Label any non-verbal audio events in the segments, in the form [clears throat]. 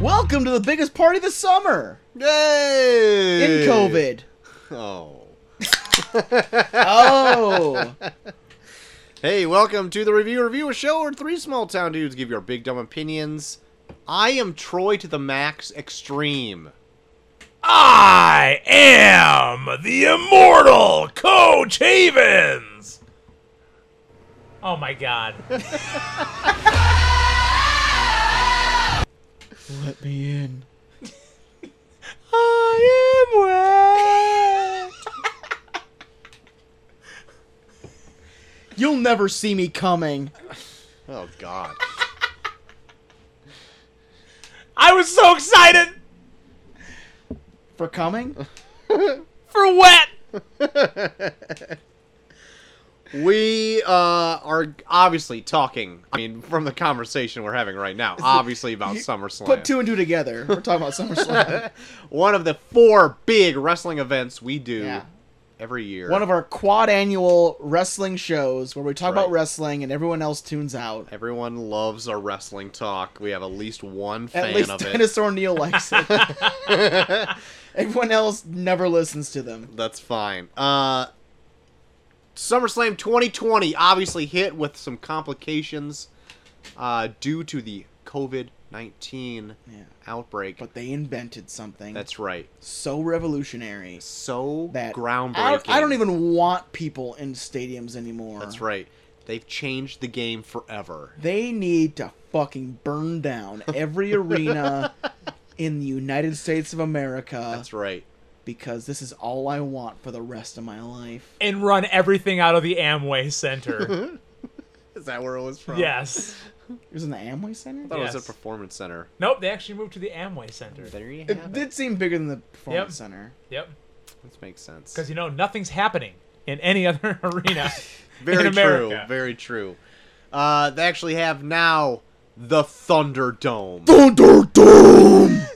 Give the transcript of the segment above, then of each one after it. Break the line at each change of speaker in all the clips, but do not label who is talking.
Welcome to the biggest party this summer
Yay!
in COVID.
[laughs] Oh.
Oh,
Hey, welcome to the Review Review, a show where three small town dudes give your big dumb opinions. I am Troy to the max extreme.
I am the immortal Coach Havens. Oh my god.
let me in.
I am wet.
You'll never see me coming.
Oh God.
I was so excited
For coming?
for wet.
we uh, are obviously talking. I mean, from the conversation we're having right now,
[laughs]
obviously about SummerSlam.
Put two and two together. We're talking about SummerSlam.
[laughs] One of the four big wrestling events we do
Yeah.
every year.
One of our quad annual wrestling shows where we talk about
Right.
wrestling and everyone else tunes out.
Everyone loves our wrestling talk. We have at least one fan
At least
of it.
Dinosaur Neil likes it.
[laughs]
everyone else never listens to them.
That's fine. Uh SummerSlam 2020 obviously hit with some complications uh, due to the COVID 19
Yeah.
outbreak.
But they invented something
That's right.
so revolutionary
So
that
groundbreaking.
I don't, I don't even want people in stadiums anymore.
That's right. They've changed the game forever.
They need to fucking burn
[laughs]
down every arena in the United States of America
That's right.
because this is all I want for the rest of my life.
And run everything out of the Amway Center.
[laughs] Is that where it was from?
yes.
It was in the Amway Center?
I thought it was
Yes.
a performance center.
Nope, they actually moved to the Amway Center.
There you
It
have it.
did seem bigger than the Performance Center.
Yep.
This makes sense.
Because you know, nothing's happening in any other [laughs] arena.
[laughs] Very
in
true.
America.
Very true. Uh, they actually have now the Thunderdome.
Thunderdome!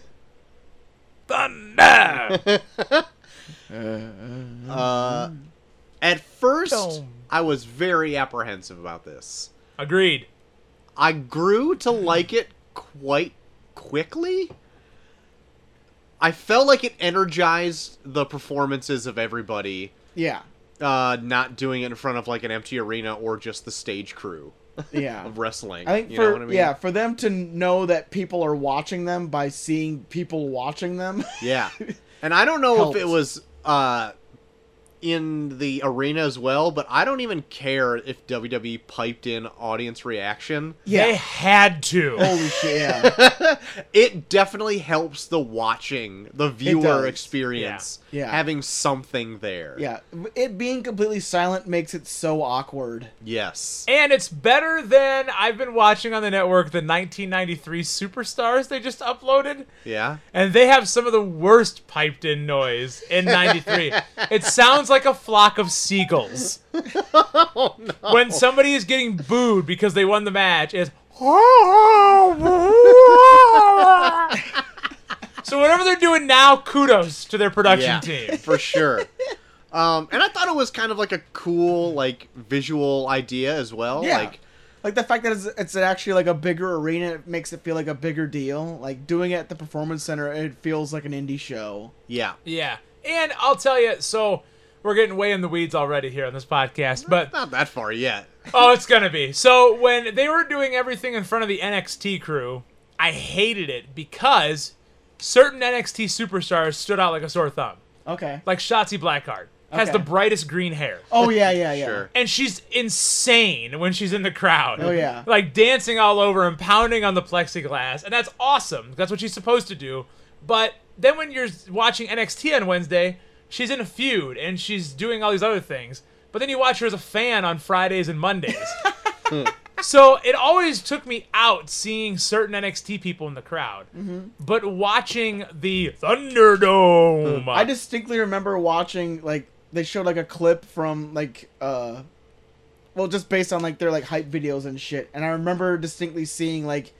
Thunder!
[laughs] Uh, at first,
Dome.
I was very apprehensive about this.
Agreed.
I grew to like it quite quickly. I felt like it energized the performances of everybody,
Yeah.
uh, not doing it in front of like an empty arena or just the stage crew [laughs]
Yeah.
of wrestling.
I think
you
for
know what I mean?
yeah, for them to know that people are watching them by seeing people watching them. [laughs]
Yeah. And I don't know if it
Helped.
was uh in the arena as well, but I don't even care if WWE piped in audience reaction.
They
yeah.
[laughs]
had to.
Oh.
Holy shit, yeah.
it definitely helps the watching, the
does.
viewer experience,
Yeah. Yeah.
having something there.
Yeah. It being completely silent makes it so awkward.
Yes.
And it's better than I've been watching on the network the 1993 Superstars they just uploaded.
Yeah.
And they have some of the worst piped in noise in 93. it sounds like a flock of seagulls. When somebody is getting booed because they won the match, it's. so whatever they're doing now, kudos to their production
Yeah. [laughs]
team.
For sure. Um, and I thought it was kind of like a cool, like visual idea as well.
Yeah.
Like,
Like the fact that it's, it's actually like a bigger arena it makes it feel like a bigger deal. Like doing it at the performance center, it feels like an indie show.
yeah,
Yeah. And I'll tell you, so we're getting way in the weeds already here on this podcast, but
not that far yet.
oh, it's gonna be. So when they were doing everything in front of the NXT crew, I hated it because certain NXT superstars stood out like a sore thumb.
Okay.
Like Shotzi Blackheart has
Okay.
the brightest green hair.
Oh yeah, yeah, yeah.
Sure.
And she's insane when she's in the crowd.
Oh, yeah.
Like dancing all over and pounding on the plexiglass. And that's awesome. That's what she's supposed to do. But then when you're watching NXT on Wednesday, she's in a feud and she's doing all these other things. But then you watch her as a fan on Fridays and
[laughs]
Mondays. so it always took me out seeing certain NXT people in the crowd.
Mm-hmm.
But watching the Thunderdome.
I distinctly remember watching like they showed like a clip from like uh well just based on like their like hype videos and shit. And I remember distinctly seeing like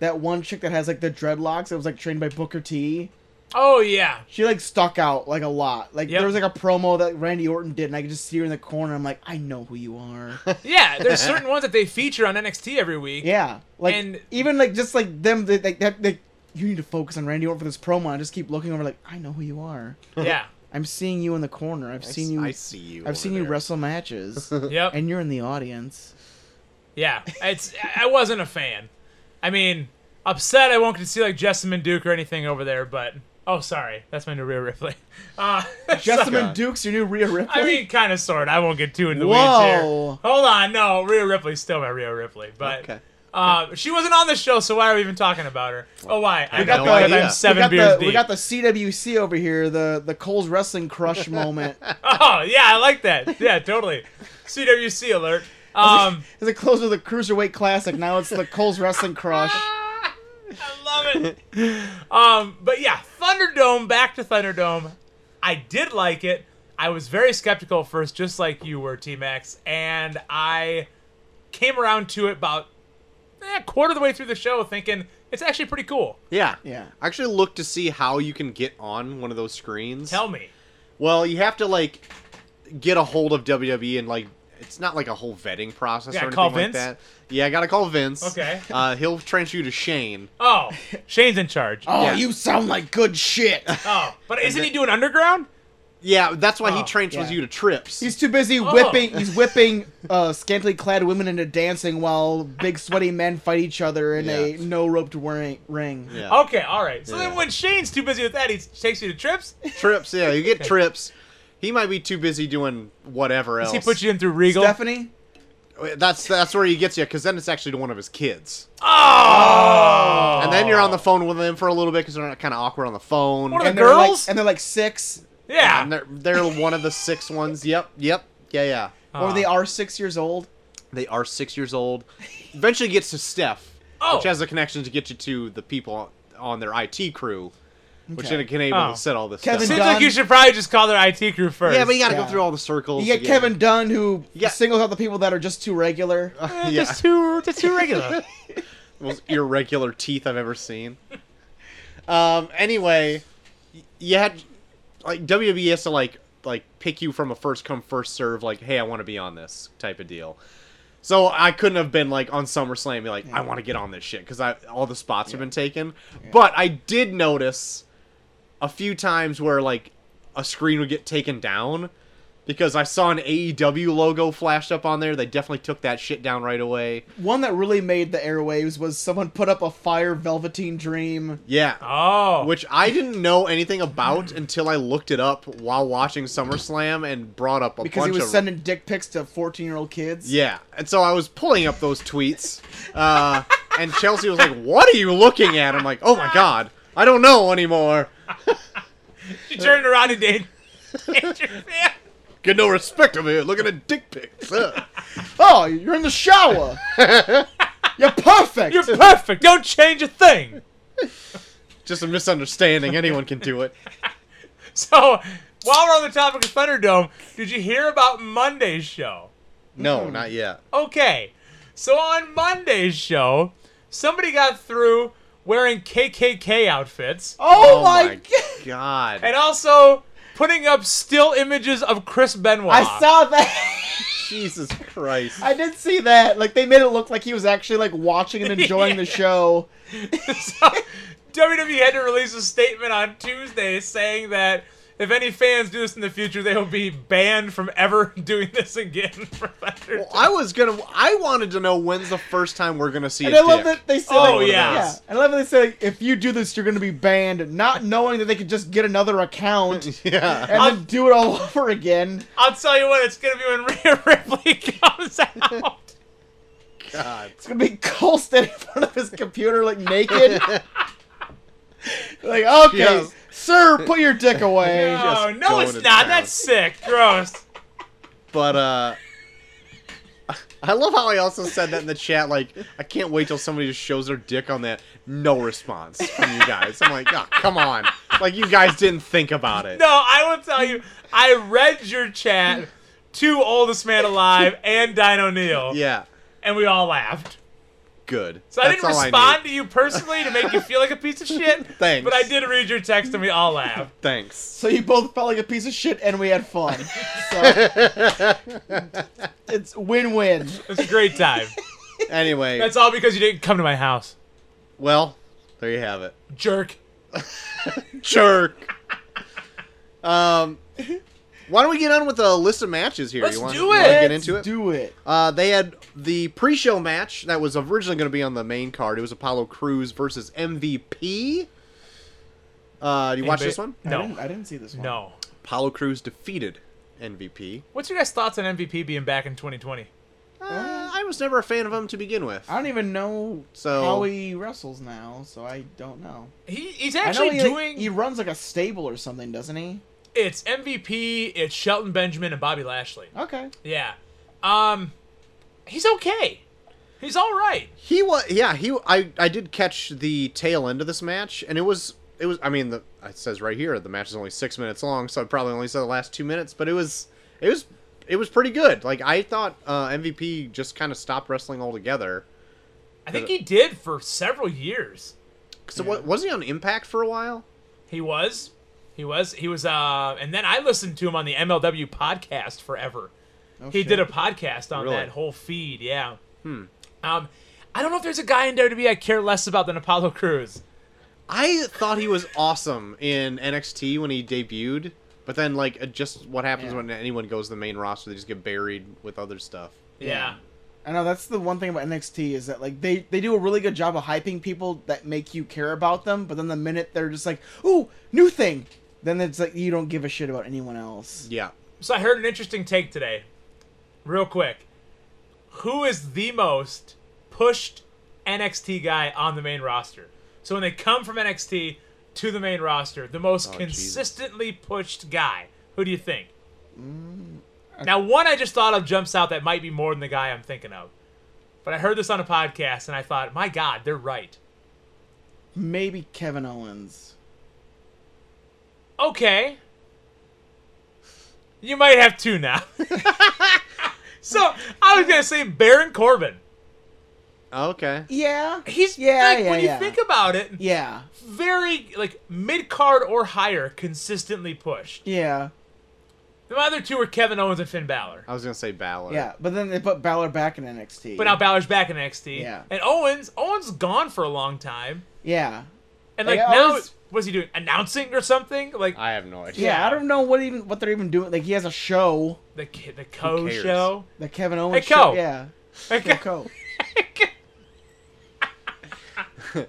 that one chick that has like the dreadlocks that was like trained by Booker T.
Oh, yeah.
She like stuck out like a lot. Like
Yep.
there was like a promo that Randy Orton did and I could just see her in the corner. I'm like, I know who you
[laughs]
are. [laughs]
Yeah, there's certain ones that they feature on NXT every week.
Yeah, like
And-
even like just like them, they, like that, they you need to focus on Randy Orton for this promo. I just keep looking over, like, I know who you are.
yeah.
I'm seeing you in the corner. I've seen you.
I see you. over
I've seen you
there.
wrestle
[laughs]
matches,
Yep.
and you're in the audience.
Yeah, it's I wasn't a fan. I mean, upset I won't get to see like Jessamine Duke or anything over there, but oh, sorry, that's my new Rhea Ripley. [laughs] Uh,
Jessamine
God.
Duke's your new Rhea Ripley.
I mean, kind of sort. I won't get too into the
Whoa.
weeds here. Hold on, no, Rhea Ripley's still my Rhea Ripley, but
Okay.
uh, she wasn't on the show, so why are we even talking about her? Oh, why? I
got
know
the-
because
we
I'm
got
seven
we got
beers
the
deep.
we got the CWC over here, the the Cole's wrestling
[laughs]
crush moment.
[laughs] Oh yeah, I like that. Yeah, totally. [laughs] CWC alert. Um,
As it closed with the cruiserweight classic, now it's the Cole's wrestling
[laughs]
crush.
[laughs] I love it. Um, but yeah, Thunderdome. Back to Thunderdome. I did like it. I was very skeptical at first, just like you were, T Max, and I came around to it about eh, a quarter of the way through the show, thinking it's actually pretty cool.
Yeah.
Yeah.
I actually looked to see how you can get on one of those screens.
Tell me.
Well, you have to like get a hold of WWE and like it's not like a whole vetting process
Yeah,
or anything
call
like
Vince?
that. Yeah, I gotta call Vince.
Okay.
[laughs] Uh, he'll transfer you to Shane. [laughs]
Oh, Shane's in charge.
Oh,
Yeah.
you sound like good shit.
Oh, but isn't he doing underground?
Yeah, that's why he
Oh,
transfers
yeah.
you to
[laughs]
Trips.
He's too busy
Oh.
whipping. He's whipping uh, scantily clad women into dancing while big sweaty men fight each other in a
Yeah.
no roped ring. ring.
yeah.
Okay, all right. So
Yeah.
then, when Shane's too busy with that, he takes you to trips.
Trips. Yeah, you get Trips. He might be too busy doing whatever else.
He puts you in through Regal.
Stephanie,
That's that's where he gets you because then it's actually to one of his kids,
oh,
and then you're on the phone with him for a little bit because they're kind of awkward on the phone.
What are The
and they're like-
girls?
and they're like six,
yeah.
and Um, they're they're one of the six ones. Yep, yep, yeah, yeah.
or they are six years old.
They are six years old. Eventually gets to Steph,
Oh.
which has the connection to get you to the people on their IT crew, which
Okay.
then can able
Oh.
to set all this
Kevin
stuff.
Seems
up.
Dunn.
like you should probably just call their IT crew first.
Yeah, but you gotta
Yeah.
go through all the circles.
You get
to get-
Kevin Dunn who
Yeah.
singles out the people that are just too regular. [laughs]
Eh,
yeah.
just too, just too regular.
most irregular teeth I've ever seen. Um. Anyway, y- you had like WWE has to like like pick you from a first come first serve. Like, hey, I want to be on this type of deal. So I couldn't have been like on SummerSlam, and be like, I want to get on this shit because I all the spots have been taken. But I did notice a few times where like a screen would get taken down because I saw an AEW logo flashed up on there. They definitely took that shit down right away.
One that really made the airwaves was someone put up a fire Velveteen Dream.
Yeah.
[laughs] Oh,
which I didn't know anything about until I looked it up while watching SummerSlam and brought up a
Because he
bunch
was
of
sending dick pics to fourteen-year-old kids.
yeah, and so I was pulling up those tweets, uh, and Chelsea was like, "What are you looking at?" I'm like, "Oh my god, I don't know anymore.
she turned around
[laughs]
and did. Yeah.
Get no respect over here. Looking at dick pics." Ugh.
Oh, you're in the shower.
[laughs]
you're perfect. Oh
You're perfect. Don't change a thing.
Just a misunderstanding. Anyone can do it.
So, while we're on the topic of Thunderdome, did you hear about Monday's show?
No, not yet.
Okay, so on Monday's show, somebody got through wearing KKK outfits
oh, my. God.
god.
and also putting up still images of Chris Benoit.
I saw that. [laughs]
Jesus Christ.
I did see that. Like they made it look like he was actually like watching and enjoying the show.
[laughs] So, WWE E had to release a statement on Tuesday saying that if any fans do this in the future, they will be banned from ever [laughs] doing this again for Thunder.
Well, I was gonna. I wanted to know when's the first time we're gonna see.
And
a
I love
dick.
that they said,
Oh,
like,
yeah.
And I love that they said, like, if you do this, you're going to be banned, not knowing that they could just get another
[laughs]
account
Yeah.
and then do it all [laughs] over again.
I'll tell you what, it's gonna be when [laughs] Rhea Ripley
[laughs]
comes out.
God.
It's going to be Cole standing in front of his computer, like, naked. like, okay,
Yeah.
sir, put your dick away.
[laughs] Yeah.
Oh
just
no,
going
it's
to
not.
town.
That's sick. Gross.
But uh I love how I also said that in the chat, like, I can't wait till somebody just shows their dick on that. No response from you guys. I'm like, oh, come on. Like you guys didn't think about it.
No, I will tell you. I read your chat to oldest
[laughs]
man alive and Dino Neal,
Yeah.
and we all laughed.
Good.
So I
That's
didn't
all
respond
need.
to you personally to make you feel like
[laughs]
a piece of shit.
Thanks.
But I did read your text and we all laughed.
Thanks.
So you both felt like a piece of shit, and we had fun. So
[laughs]
it's win-win. [laughs]
It was a great time.
Anyway,
[laughs] That's all because you didn't come to my house.
well, There you have it.
Jerk.
Jerk. um, why don't we get on with a list of matches here?
Let's
you want,
do
you wanna
it.
Get
Let's
into it.
Do it.
Uh, they had the pre-show match that was originally going to be on the main card. It was Apollo Cruz versus MVP. Uh, do you watch
Anybody-
this one?
I
No.
didn't, I didn't see this one.
No.
Apollo Cruz defeated MVP.
What's your guys' thoughts on MVP being back in 2020?
Uh, I was never a fan of him to begin with.
I don't even know
So-
how he wrestles now, so I don't know.
He, he's
I
actually
know he, like,
doing.
he runs like a stable or something, doesn't he?
It's MVP. It's Shelton Benjamin and Bobby Lashley.
Okay.
Yeah. Um, he's okay. He's all right.
He was, yeah, he. I, I did catch the tail end of this match, and it was, it was. I mean, the it says right here the match is only six minutes long, so I probably only saw the last two minutes, but it was, it was, it was pretty good. Like I thought, uh, MVP just kind of stopped wrestling altogether.
I think he did for several years.
So what was he on Impact for a while?
He was. He was. He was. Uh, and then I listened to him on the MLW podcast forever.
Oh,
he
shit.
did a podcast on
Really?
that whole feed. Yeah. Hmm. Um, I don't know if there's a guy in WWE I care less about than Apollo Cruz.
I thought he was awesome in NXT when he debuted, but then like uh, just what happens
Yeah.
when anyone goes to the main roster, they just get buried with other stuff.
Yeah.
I know that's the one thing about NXT is that like they they do a really good job of hyping people that make you care about them, but then the minute they're just like, "Ooh, new thing," then it's like you don't give a shit about anyone else.
Yeah.
So I heard an interesting take today, real quick. Who is the most pushed NXT guy on the main roster? So when they come from NXT to the main roster, the most
Oh, Jesus.
consistently pushed guy. Who do you think?
Mm,
now, one I just thought of jumps out that might be more than the guy I'm thinking of. But I heard this on a podcast and I thought, my God, they're right.
Maybe Kevin Owens.
Okay. You might have
[laughs]
two now. so I was gonna say Baron Corbin.
Okay.
Yeah.
He's
Yeah,
like,
yeah,
when you
yeah.
think about it,
Yeah.
very like mid card or higher, consistently pushed.
Yeah.
The other two were Kevin Owens and Finn Balor.
I was gonna say Balor.
Yeah. But then they put Balor back in NXT.
But now Balor's back in NXT.
Yeah.
And Owens, Owens gone for a long time.
yeah.
And like
Like,
now,
Owens-
what's he doing? Announcing or something? Like
I have no idea.
yeah. I don't know what even what they're even doing. Like he has a show,
the K- the Co
cares?
show.
the Kevin Owens
Hey,
show.
Ko.
Yeah.
Okay.
Co.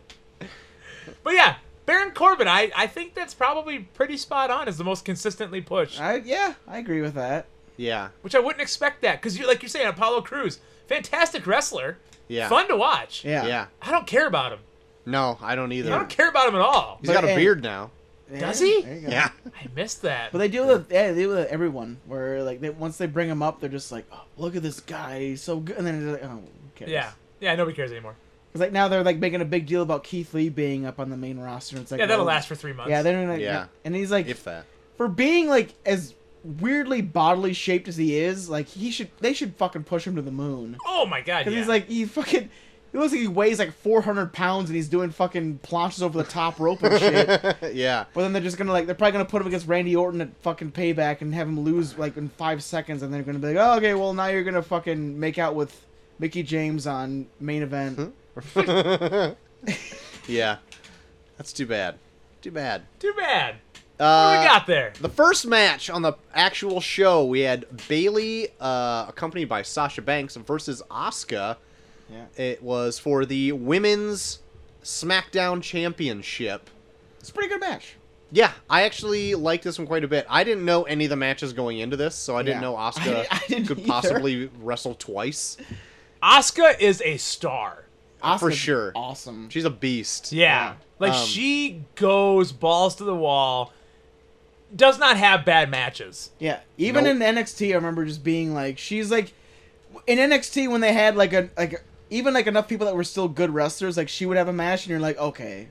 [laughs] but yeah, Baron Corbin, I, I think that's probably pretty spot on as the most consistently pushed.
I yeah, I agree with that.
Yeah.
which I wouldn't expect that because you like you're saying Apollo Cruz, fantastic wrestler,
Yeah.
fun to watch.
Yeah.
Yeah.
I don't care about him.
No, I don't either.
I don't care about him at all.
He's
But-
got a
and-
beard now.
Does he?
There you go.
Yeah. [laughs]
I missed that.
But they do with yeah, they do with everyone. Where like they, once they bring him up, they're just like, oh, look at this guy, he's so good. And then they're like, oh, okay.
yeah, yeah, nobody cares anymore.
Because like now they're like making a big deal about Keith Lee being up on the main roster. And it's like
Yeah, that'll
oh,
last for three months.
Yeah, they're like,
Yeah.
and he's like,
If that. [laughs]
for being like as weirdly bodily shaped as he is, like he should they should fucking push him to the moon.
oh my god,
Because
yeah.
he's like he fucking. It looks like he weighs like 400 pounds and he's doing fucking planches over the top rope and
[laughs]
shit.
yeah.
But then they're just gonna like they're probably gonna put him against Randy Orton at fucking payback and have him lose like in five seconds, and they're gonna be like, oh, okay, well now you're gonna fucking make out with Mickey James on main event.
Hmm? yeah. That's too bad. Too bad.
too bad. What
Uh,
do we got there?
The first match on the actual show, we had Bailey, uh, accompanied by Sasha Banks, versus Asuka.
Yeah.
It was for the women's SmackDown Championship.
It's a pretty good match.
Yeah, I actually like this one quite a bit. I didn't know any of the matches going into this, so I didn't
Yeah. [laughs]
know
I
Asuka
didn't- I didn't
could
either.
possibly wrestle twice.
Asuka is a star.
Asuka's
sure.
Awesome.
She's a
[laughs]
beast.
Yeah,
Yeah.
like
Um,
she goes balls to the wall. Does not have bad matches.
Yeah. Even
Nope.
in NXT, I remember just being like, she's like, in NXT when they had like a like even like enough people that were still good wrestlers, like she would have a match, and you're like, okay,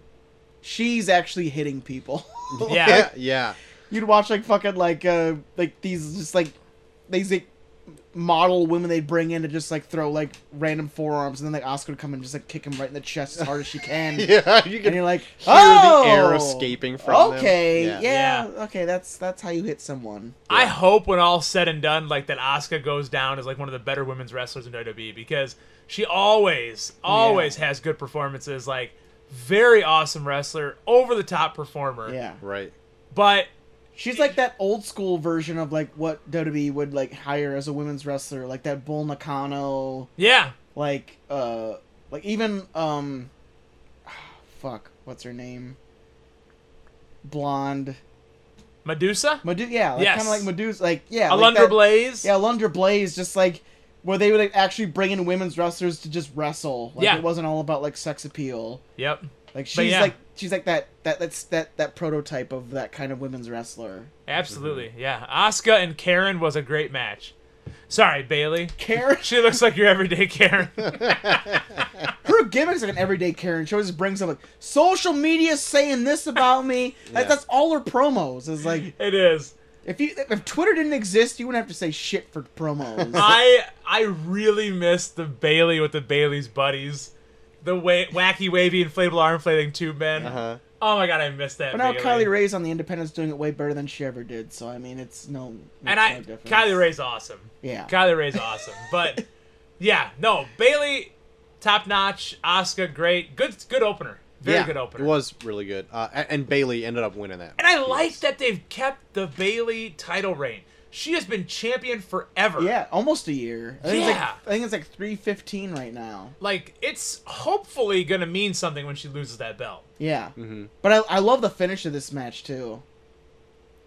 she's actually hitting
[laughs]
people.
Yeah.
Yeah, yeah. [laughs]
You'd watch like fucking like uh like these just like these like model women they bring in to just like throw like random forearms and then like Oscar would come and just like kick him right in the chest as hard as she can.
[laughs] Yeah, you
And
can
you're like,
hear
oh,
the air escaping from them."
Okay,
Yeah.
yeah.
Yeah.
okay. That's that's how you hit someone.
I hope when all's said and done, like that Asuka goes down as like one of the better E women's wrestlers in WWE because she always, always has good performances. Like very awesome wrestler, over the top performer.
Yeah.
Right.
But
She's like that old school version of like what WWE would like hire as a women's wrestler, like that Bull Nakano,
yeah,
like uh like even um [sighs] fuck, what's her name? Blonde
Medusa,
Medusa, yeah, like,
Yes.
kind of like Medusa, like yeah, like
Alundra
that-
Blaze.
yeah, Alundra Blaze, just like where they would like, actually bring in women's wrestlers to just wrestle, like
Yeah.
it wasn't all about like sex appeal,
Yep.
like she's
yeah.
like she's like that that that's that that prototype of that kind of women's wrestler.
Absolutely. Yeah. Asuka and Karen was a great match. Sorry, Bailey.
Karen,
She looks like your
[laughs]
everyday Karen.
her gimmick's like an everyday Karen. She always just brings up like social media saying this about me. Like
Yeah.
that's all her promos. Is like
it is.
if you if Twitter didn't exist, you wouldn't have to say shit for
[laughs]
promos.
I I really miss the Bailey with the Bailey's buddies. The way, wacky, wavy, inflatable arm flailing tube men.
Uh huh.
Oh my god, I miss that.
But now
Bailey.
Kylie Rae's on the Independents doing it way better than she ever did. So I mean, it's no.
and
it's
I
no difference.
Kylie Rae's awesome.
Yeah.
Kylie Rae's awesome.
[laughs]
But yeah, no, Bailey top notch, Asuka great. Good good opener. Very
Yeah,
good opener.
It was really good. Uh, a- and Bailey ended up winning that.
And I like that they've kept the Bailey title reign. She has been champion forever.
Yeah, almost a year. I think,
Yeah.
it's like, I think it's like 315 right now.
Like it's hopefully gonna mean something when she loses that belt.
Yeah.
Mhm.
But I, I love the finish of this match too.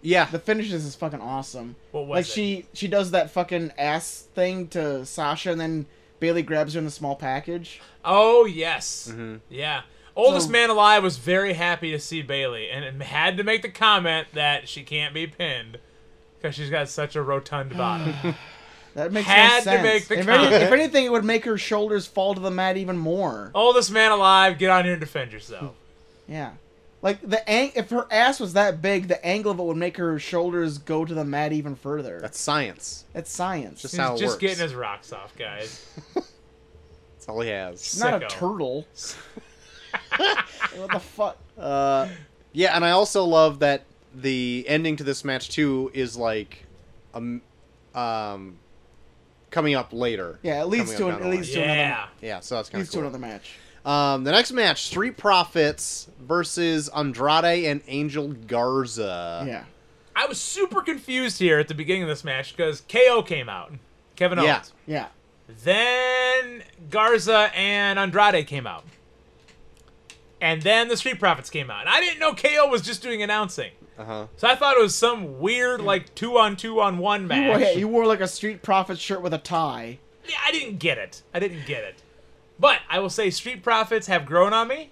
Yeah.
The finish is is fucking awesome.
What was
like
it?
she she does that fucking ass thing to Sasha and then Bailey grabs her in the small package.
Oh yes.
Mm-hmm.
Yeah. Oldest
So-
man alive was very happy to see Bailey and had to make the comment that she can't be pinned because she's got such
[sighs]
a rotund bottom.
That makes
Had
no
to
sense.
make the
if, any-
comment.
if anything, it would make her shoulders fall to the mat even more.
Oldest man alive, get on here and defend yourself.
Yeah. Like the ang- if her ass was that big, the angle of it would make her shoulders go to the mat even further. That's,
That's science.
science.
Just-
He's
how it
just
works.
getting his rocks off, guys.
That's all he has.
She's not a
sicko.
turtle. what the fuck?
Uh, yeah, and I also love that the ending to this match too is like, um, um, coming up later.
Yeah, it leads
Coming
to
up
an,
down
it
the
leads
line.
to another
yeah.
Yeah, so that's kind
leads
of cool.
to another match.
Um, the next match: Street Profits versus Andrade and Angel Garza.
yeah.
I was super confused here at the beginning of this match because KO came out, Kevin Owens.
Yeah.
Yeah.
Then Garza and Andrade came out. And then the Street Profits came out. And I didn't know KO was just doing announcing.
Uh huh.
So I thought it was some weird, like, two on two on one
You wore, yeah,
match.
you wore like a Street Profit shirt with a tie.
Yeah, I didn't get it. I didn't get it. But I will say, Street Profits have grown on me.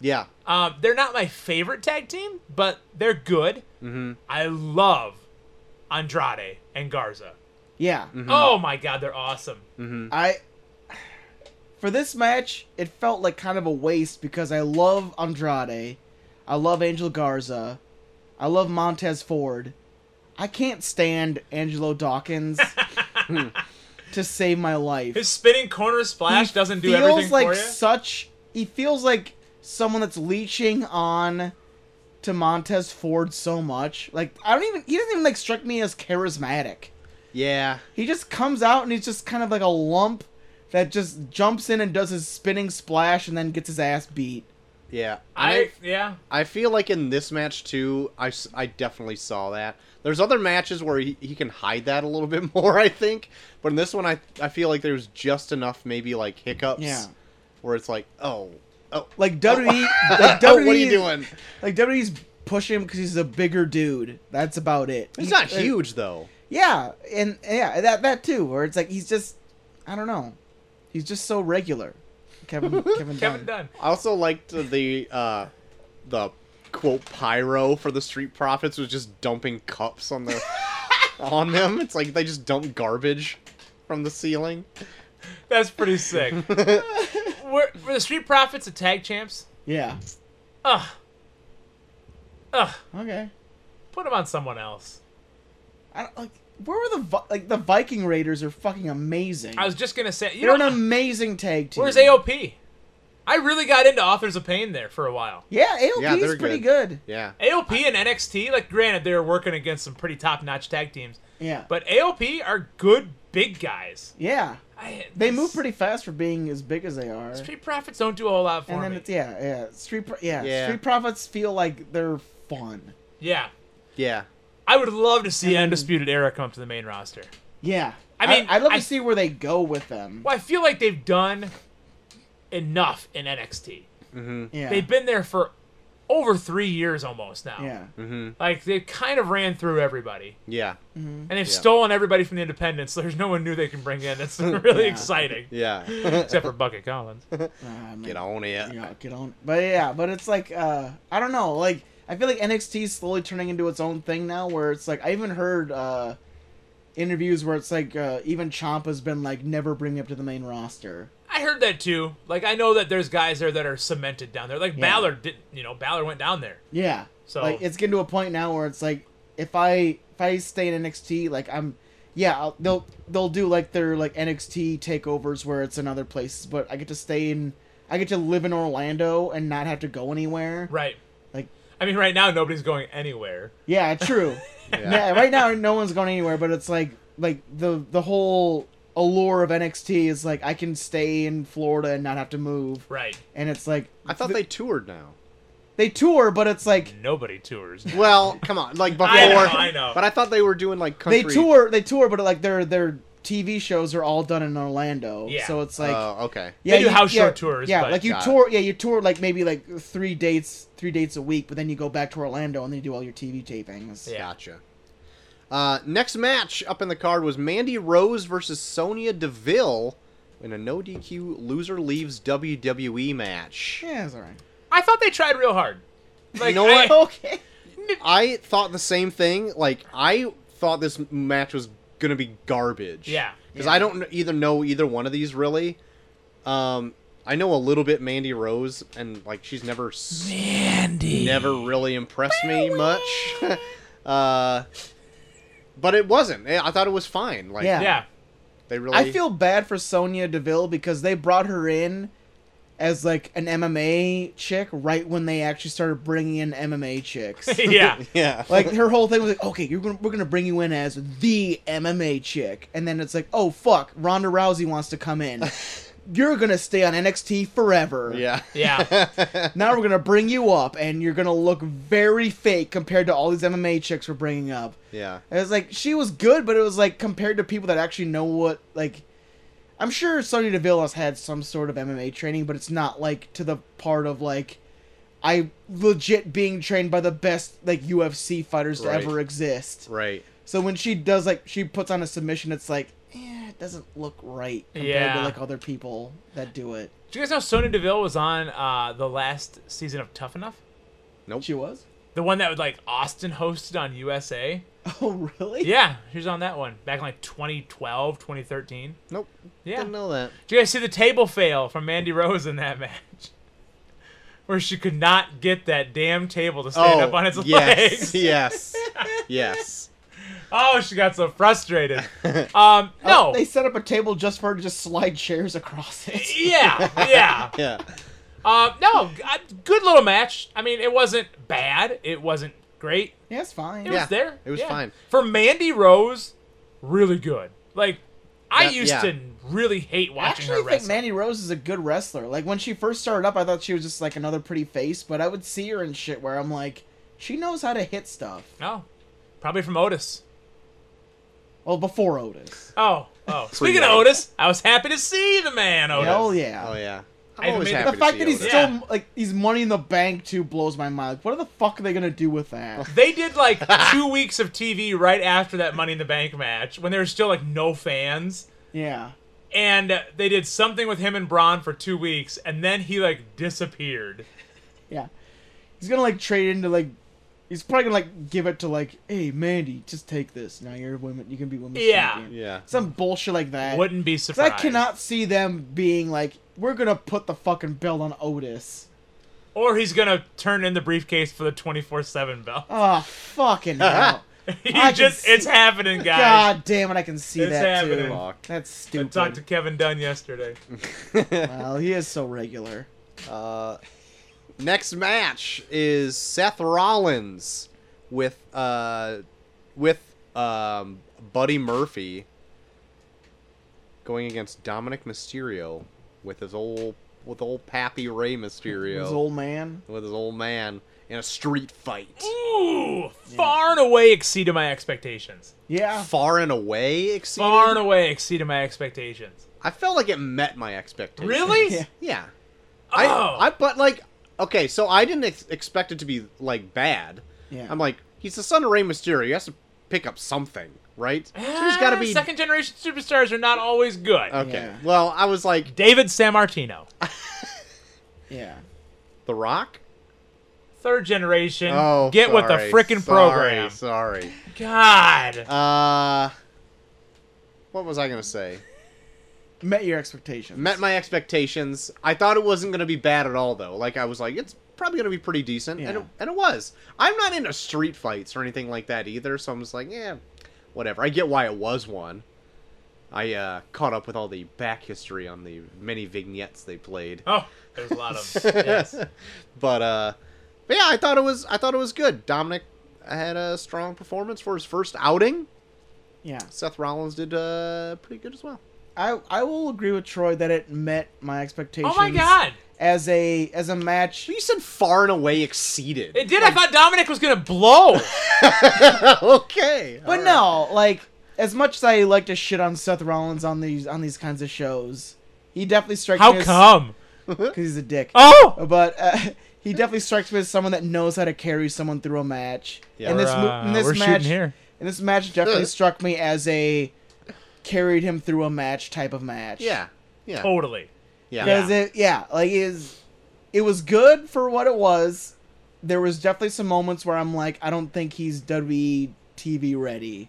Yeah.
Um, they're not my favorite tag team, but they're good. Mm-hmm. I love Andrade and Garza.
Yeah.
Oh my God, they're awesome.
Mm-hmm. I for this match, it felt like kind of a waste because I love Andrade, I love Angel Garza, I love Montez Ford. I can't stand Angelo
[laughs]
Dawkins to save my life.
His spinning corner splash doesn't do
feels
everything
like
for you.
such. He feels like someone that's leeching on to Montez Ford so much. Like I don't even. He doesn't even like strike me as charismatic.
Yeah.
He just comes out and he's just kind of like a lump that just jumps in and does his spinning splash and then gets his ass beat.
Yeah.
I yeah.
I feel like in this match too, I, s- I definitely saw that. There's other matches where he, he can hide that a little bit [laughs] more, I think. But in this one, I I feel like there's just enough maybe like hiccups,
Yeah.
where it's like, oh, oh,
Like
[laughs]
WWE, like WWE,
oh, what are you doing?
Like WWE's pushing him because he's a bigger dude. That's about it.
He's
He- [laughs]
not
like,
huge though.
Yeah, and yeah, that that too. Where it's like he's just, I don't know, he's just so regular. Kevin
[laughs]
Kevin
Kevin
Dunn.
Dunn.
I also liked the uh, the quote pyro for the Street Profits was just dumping cups on their on them. It's like they just dump garbage from the ceiling.
That's
[laughs]
pretty sick. were, were the Street Profits a tag champs?
Yeah.
Ugh. Ugh.
Okay.
Put them on someone else.
I don't, like where were the Vi- like the Viking Raiders are fucking amazing.
I was just gonna say, you
They're
know,
an amazing tag team.
where's AOP? I really got into Authors of Pain there for a while.
Yeah, AOP
Yeah,
is
they're
pretty good.
Yeah.
AOP and NXT, like, granted, they were working against some pretty top-notch tag teams,
Yeah.
but AOP are good big guys.
yeah.
I,
They move pretty fast for being as big as they are.
Street profits don't do a whole lot for
and then
me.
it's yeah, yeah. Street pro- yeah,
Yeah.
Street Profits feel like they're fun.
yeah,
Yeah.
I would love to see
And then-
Undisputed Era come up to the main roster.
Yeah.
I mean,
I, would love
I-
to see where they go with them.
Well, I feel like they've done enough in NXT.
Mm-hmm.
Yeah.
They've been there for over three years almost now.
yeah.
Like they kind of ran through everybody,
Mm-hmm. Yeah.
and they've stolen everybody from the independents. So there's no one new they can bring in. That's [laughs] really
Yeah.
[laughs]
exciting, [laughs]
Yeah.
except for Bucket Collins.
Ah, man.
Get on it.
Yeah, get on. But yeah, but it's like uh I don't know, like I feel like NXT is slowly turning into its own thing now where it's like I even heard uh interviews where it's like uh even Ciampa's been like never bring up to the main roster.
I heard that too. Like I know that there's guys there that are cemented down there. Like
Yeah.
Balor didn't, you know, Balor went down there.
Yeah.
So-
like it's getting to a point now where it's like if I if I stay in NXT, like I'm yeah, I'll, they'll they'll do like their like NXT takeovers where it's in other places, but I get to stay in I get to live in Orlando and not have to go anywhere.
Right.
Like
I mean, right now nobody's going anywhere.
Yeah, true. yeah. right now no one's going anywhere, but it's like like the the whole allure of NXT is like I can stay in Florida and not have to move,
Right.
and it's like
I thought they toured now.
they tour, but it's like
Nobody tours.
Well, come on, like before.
I know, I know.
But I thought they were doing like country.
they tour they tour, but like their their TV shows are all done in Orlando,
Yeah.
so it's like.
oh, okay.
yeah,
They do
you-
house show
yeah,
tours,
Yeah,
but-
like you
Got it.
tour. Yeah, you tour like maybe like three dates, three dates a week, but then you go back to Orlando and then you do all your TV tapings.
Yeah.
Gotcha. Uh, next match up in the card was Mandy Rose versus Sonia Deville in a no DQ loser leaves WWE match.
yeah, it's alright.
I thought they tried real hard. Like,
know what?
I-
[laughs] Okay.
I thought the same thing. Like I thought this match was gonna be garbage.
Yeah.
Because
Yeah.
I don't either know either one of these really. Um, I know a little bit Mandy Rose, and like she's never s-
Mandy.
never really impressed me much. [laughs] uh, but it wasn't. Eh, I I thought it was fine. Like
Yeah.
Yeah. [laughs]
they really.
I feel bad for Sonia Deville because they brought her in as like an MMA chick right when they actually started bringing in MMA
[laughs]
chicks.
yeah.
[laughs] Yeah.
like her whole thing was like, okay, you're gonna, we're gonna bring you in as the MMA chick, and then it's like, oh fuck, Ronda Rousey wants to come in. You're gonna stay on NXT forever.
[laughs] yeah. [laughs]
Yeah.
Now we're gonna bring you up, and you're gonna look very fake compared to all these MMA chicks we're bringing up.
Yeah.
It was like she was good, but it was like compared to people that actually know what like. I'm sure Sonya Deville has had some sort of MMA training, but it's not like to the part of like I legit being trained by the best like UFC fighters
Right.
to ever exist.
Right.
So when she does like she puts on a submission, it's like eh, it doesn't look right compared
Yeah.
to like other people that do it.
Do you guys know Sonya Deville was on uh, the last season of Tough Enough?
Nope.
She was. [laughs]
The one that would like Austin hosted on USA.
Oh really?
Yeah, she was on that one back in like 2012, 2013.
Nope.
Yeah.
Didn't know that.
Do you guys see the table fail from Mandy Rose in that [laughs] match? Where she could not get that damn table to stand up on its
Oh, yes, [laughs]
legs. [laughs]
yes, yes.
Oh, she got so
[laughs]
frustrated.
Oh,
Um, no.
They set up a table just for her to just slide chairs across it.
[laughs] Yeah, yeah.
Yeah,
Um, no, g- uh, good little match. I mean, it wasn't bad. It wasn't great.
Yeah, it's fine.
It
Yeah,
was there.
it was
Yeah.
fine.
For Mandy Rose, really good. Like, I
That-
used
yeah.
to really hate
I
watching
actually
her
think
wrestle.
Mandy Rose is a good wrestler. Like when she first started up, I thought she was just like another pretty face, but I would see her in shit where I'm like, she knows how to hit stuff.
oh, probably from Otis.
Well, before Otis.
Oh, oh. Speaking of
Pre-Otis.
Otis, I was happy to see the man, Otis.
Hell yeah.
oh yeah. I'm
I've
always
made-
happy
The
to
fact
see
that he's
Otis.
Yeah.
still like he's money in the bank too blows my mind. Like, what the fuck are they gonna do with
[laughs]
that?
They did
[laughs]
like two weeks of TV right after that Money in the Bank match when there was still like no fans.
yeah.
And uh, they did something with him and Braun for two weeks, and then he like disappeared.
Yeah. He's gonna like trade into like he's probably gonna like give it to like, hey Mandy, just take this. Now you're a women you can be women's
Yeah.
champion.
Yeah.
Some bullshit like that.
Wouldn't be
'Cause
surprised.
I cannot see them being like, we're gonna put the fucking belt on Otis.
Or he's gonna turn in the briefcase for the twenty four seven belt. [laughs]
Oh fucking hell!
You
I can
just
see-
it's happening, guys.
God damn it! I can see
It's
that
happening.
too.
Fuck.
That's
I talked to
stupid.
Kevin Dunn
[laughs]
yesterday.
Well, he is so regular.
[laughs] Uh, next match is Seth Rollins with uh with um Buddy Murphy going against Dominic Mysterio with his old with old Pappy Ray Mysterio
His old man.
with his old man in a street fight.
Ooh, far and away exceeded my expectations.
Yeah.
Far and away exceeded.
Far and away exceeded my expectations.
I felt like it met my expectations.
Really?
Yeah.
Yeah.
Oh.
I, I but like okay, so I didn't ex- expect it to be like bad.
Yeah.
I'm like he's the son of Rey Mysterio. He has to pick up something, right? So he's got to
Ah,
be
Second generation superstars are not always good.
okay.
Yeah.
Well, I was like
David Sammartino,
Yeah.
The Rock.
third generation.
Oh,
get with the
sorry,
frickin'
sorry,
program.
Sorry.
God.
Uh, what was I gonna say?
Met your expectations.
Met my expectations. I thought it wasn't gonna be bad at all, though. Like I was like, it's probably gonna be pretty decent, and it,
Yeah.
and it was. I'm not into street fights or anything like that either, so I'm just like, yeah, whatever. I get why it was one. I uh, caught up with all the back history on the many vignettes they played.
Oh, there's a
[laughs]
lot of 'em. yes. Oh,
but uh, but yeah, I thought it was I thought it was good. Dominic had a strong performance for his first outing.
Yeah.
Seth Rollins did uh, pretty good as well.
I I will agree with Troy that it met my expectations.
Oh my God.
As a as a match.
You said far and away exceeded.
It did. I thought Dominic was
[laughs]
gonna blow.
okay,
But
all right.
no, like as much as I like to shit on Seth Rollins on these on these kinds of shows, he definitely strikes me
How
as-
come?
'cause he's a dick.
Oh,
But uh, [laughs] he definitely strikes me as someone that knows how to carry someone through a match.
Yeah.
and this
We're,
mo-
uh,
and this
we're shooting
match
here.
and this match definitely struck me as a carried him through a match type of match.
Yeah, yeah,
totally.
yeah.
Because it, yeah, like it is, it was good for what it was. There was definitely some moments where I'm like, I don't think he's WWE TV ready.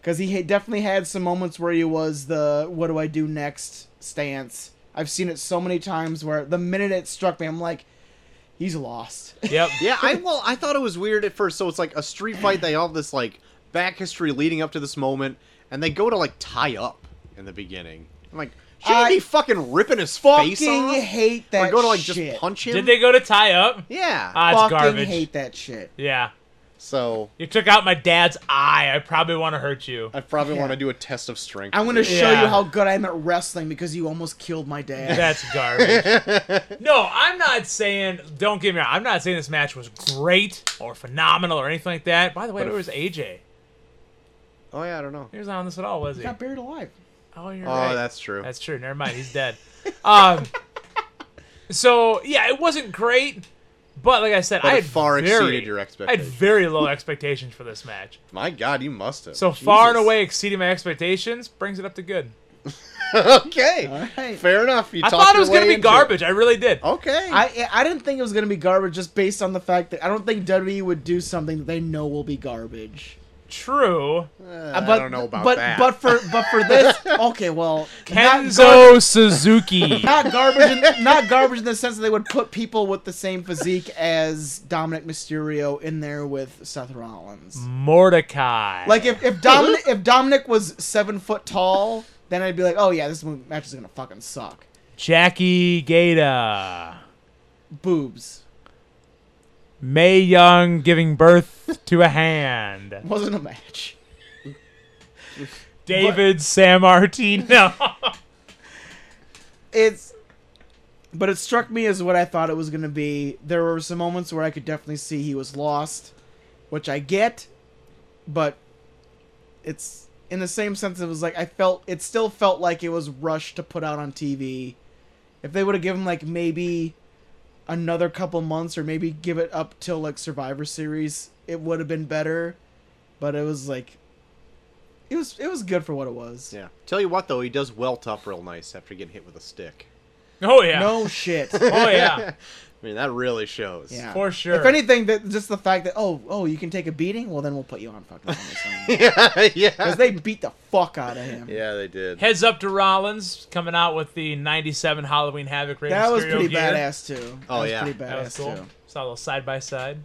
Because he had definitely had some moments where he was the "What do I do next?" stance. I've seen it so many times where the minute it struck me, I'm like, he's lost. [laughs]
Yep.
yeah, I well, I thought it was weird at first. So it's like a street fight. They all have this like back history leading up to this moment, and they go to like tie up in the beginning. I'm like, should
I
he be fucking ripping his face
Fucking
off?
hate
Or
that.
go to like
shit.
just punch him?
Did they go to tie up?
Yeah.
Ah, it's
Fucking
garbage.
hate that shit.
Yeah.
so
You took out my dad's eye. I probably want to hurt you.
I probably
Yeah.
want to do a test of strength. Oh,
I'm gonna
with it.
show
Yeah.
you how good I am at wrestling because you almost killed my dad.
That's garbage. no, I'm not saying. Don't get me wrong. I'm not saying this match was great or phenomenal or anything like that. By the way,
But
where
if-
was AJ?
Oh yeah, I don't know.
He was not on this at all, was he?
He got buried alive.
Oh, you're
Oh,
right.
that's true.
[laughs] That's true. Never mind. He's dead. um, [laughs] so yeah, it wasn't great, but like I said,
But
I
it
had
far
very,
exceeded your
I had
expectations.
very low expectations for this match.
My God, you must have.
So far and
Jesus.
away exceeding my expectations brings it up to good.
[laughs] okay.
Alright.
Fair enough. You
I
talked
thought it
your
was gonna
way
be
into it.
garbage. I really did.
Okay. Uh,
I I didn't think it was gonna be garbage just based on the fact that I don't think WWE would do something that they know will be garbage.
True.
Uh,
but,
I don't know about
but,
that.
But for but for
[laughs]
this, okay, well, not, gar-
Kenzo Suzuki.
[laughs] not garbage, in, not garbage in the sense that they would put people with the same physique as Dominic Mysterio in there with Seth Rollins.
Mordecai.
Like if if Dominic if Dominic was seven foot tall, then I'd be like, oh yeah, this mo- match is gonna fucking suck.
Jackie Gata.
Boobs
May Young giving birth to a hand.
wasn't a match.
David Sammartino. [laughs]
it's but it struck me as what I thought it was going to be. There were some moments where I could definitely see he was lost, which I get, but it's in the same sense it was like I felt it still felt like it was rushed to put out on TV. If they would have given like maybe another couple months or maybe give it up till like Survivor series, it would have been better. But it was like it was it was good for what it was.
yeah. Tell you what though, he does welt up real nice after getting hit with a stick.
oh yeah.
No shit.
Oh yeah.
[laughs] I mean, that really shows.
Yeah.
For sure.
If anything, that just the fact that oh oh you can take a beating, well then we'll put you on fucking SummerSlam
[laughs] [laughs] yeah.
because
Yeah.
they beat the fuck out of him.
Yeah, they did.
Heads up to Rollins coming out with the 97 Halloween Havoc Rey
That was
Mysterio
pretty
gear.
badass too. That
Oh,
was
yeah.
pretty badass
That was cool.
too.
Saw a little side by side.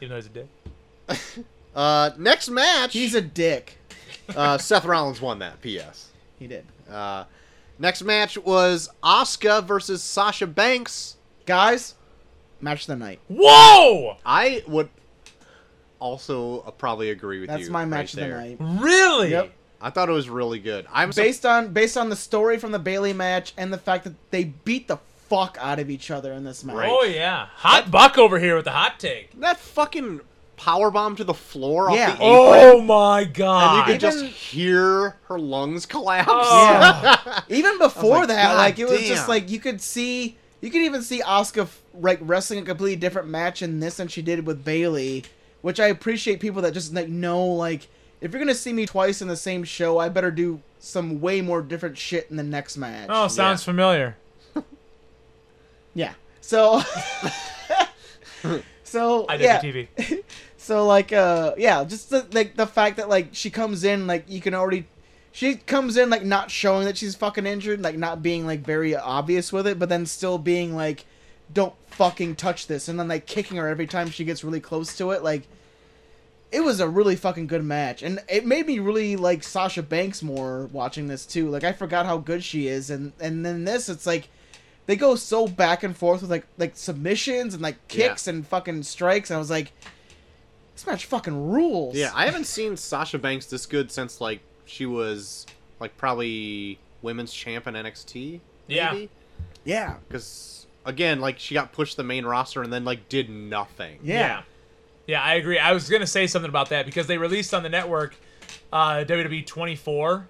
Even though he's a dick.
Uh, next match.
He's a dick.
uh, Seth Rollins won that. P.S.
He did.
Uh, next match was Asuka versus Sasha Banks.
Guys, match of the night.
Whoa!
I would also uh, probably agree with
That's
you.
my
right
match of
there.
the night.
Really?
Yep.
I thought it was really good. I'm so-
based on based on the story from the Bailey match and the fact that they beat the fuck out of each other in this match.
Right.
Oh yeah, hot buck over here with the hot take.
that fucking power bomb to the floor off
Yeah.
the apron.
Oh my
and you
god!
could just
Even-
hear her lungs collapse.
Oh.
Even before
like,
that,
"God
like it was just
damn."
like you could see you could even see Oscar like wrestling a completely different match in this than she did with Bailey, which I appreciate people that just like know like if you're gonna see me twice in the same show, I better do some way more different shit in the next match.
oh, sounds familiar.
Yeah. So. [laughs] so yeah.
IWTV.
So like uh yeah, just the, like the fact that like she comes in like you can already she comes in like not showing that she's fucking injured, like not being like very obvious with it, but then still being like don't fucking touch this and then like kicking her every time she gets really close to it like it was a really fucking good match and it made me really like Sasha Banks more watching this too. Like I forgot how good she is and and then this it's like they go so back and forth with like like submissions and like
Yeah.
kicks and fucking strikes and I was like this match fucking rules.
[laughs] Yeah, I haven't seen Sasha Banks this good since like she was like probably women's champ in NXT.
Yeah.
Maybe?
yeah,
Because again, like she got pushed to the main roster and then like did nothing.
yeah.
yeah, Yeah, I agree. I was gonna say something about that because they released on the network uh, WWE 24,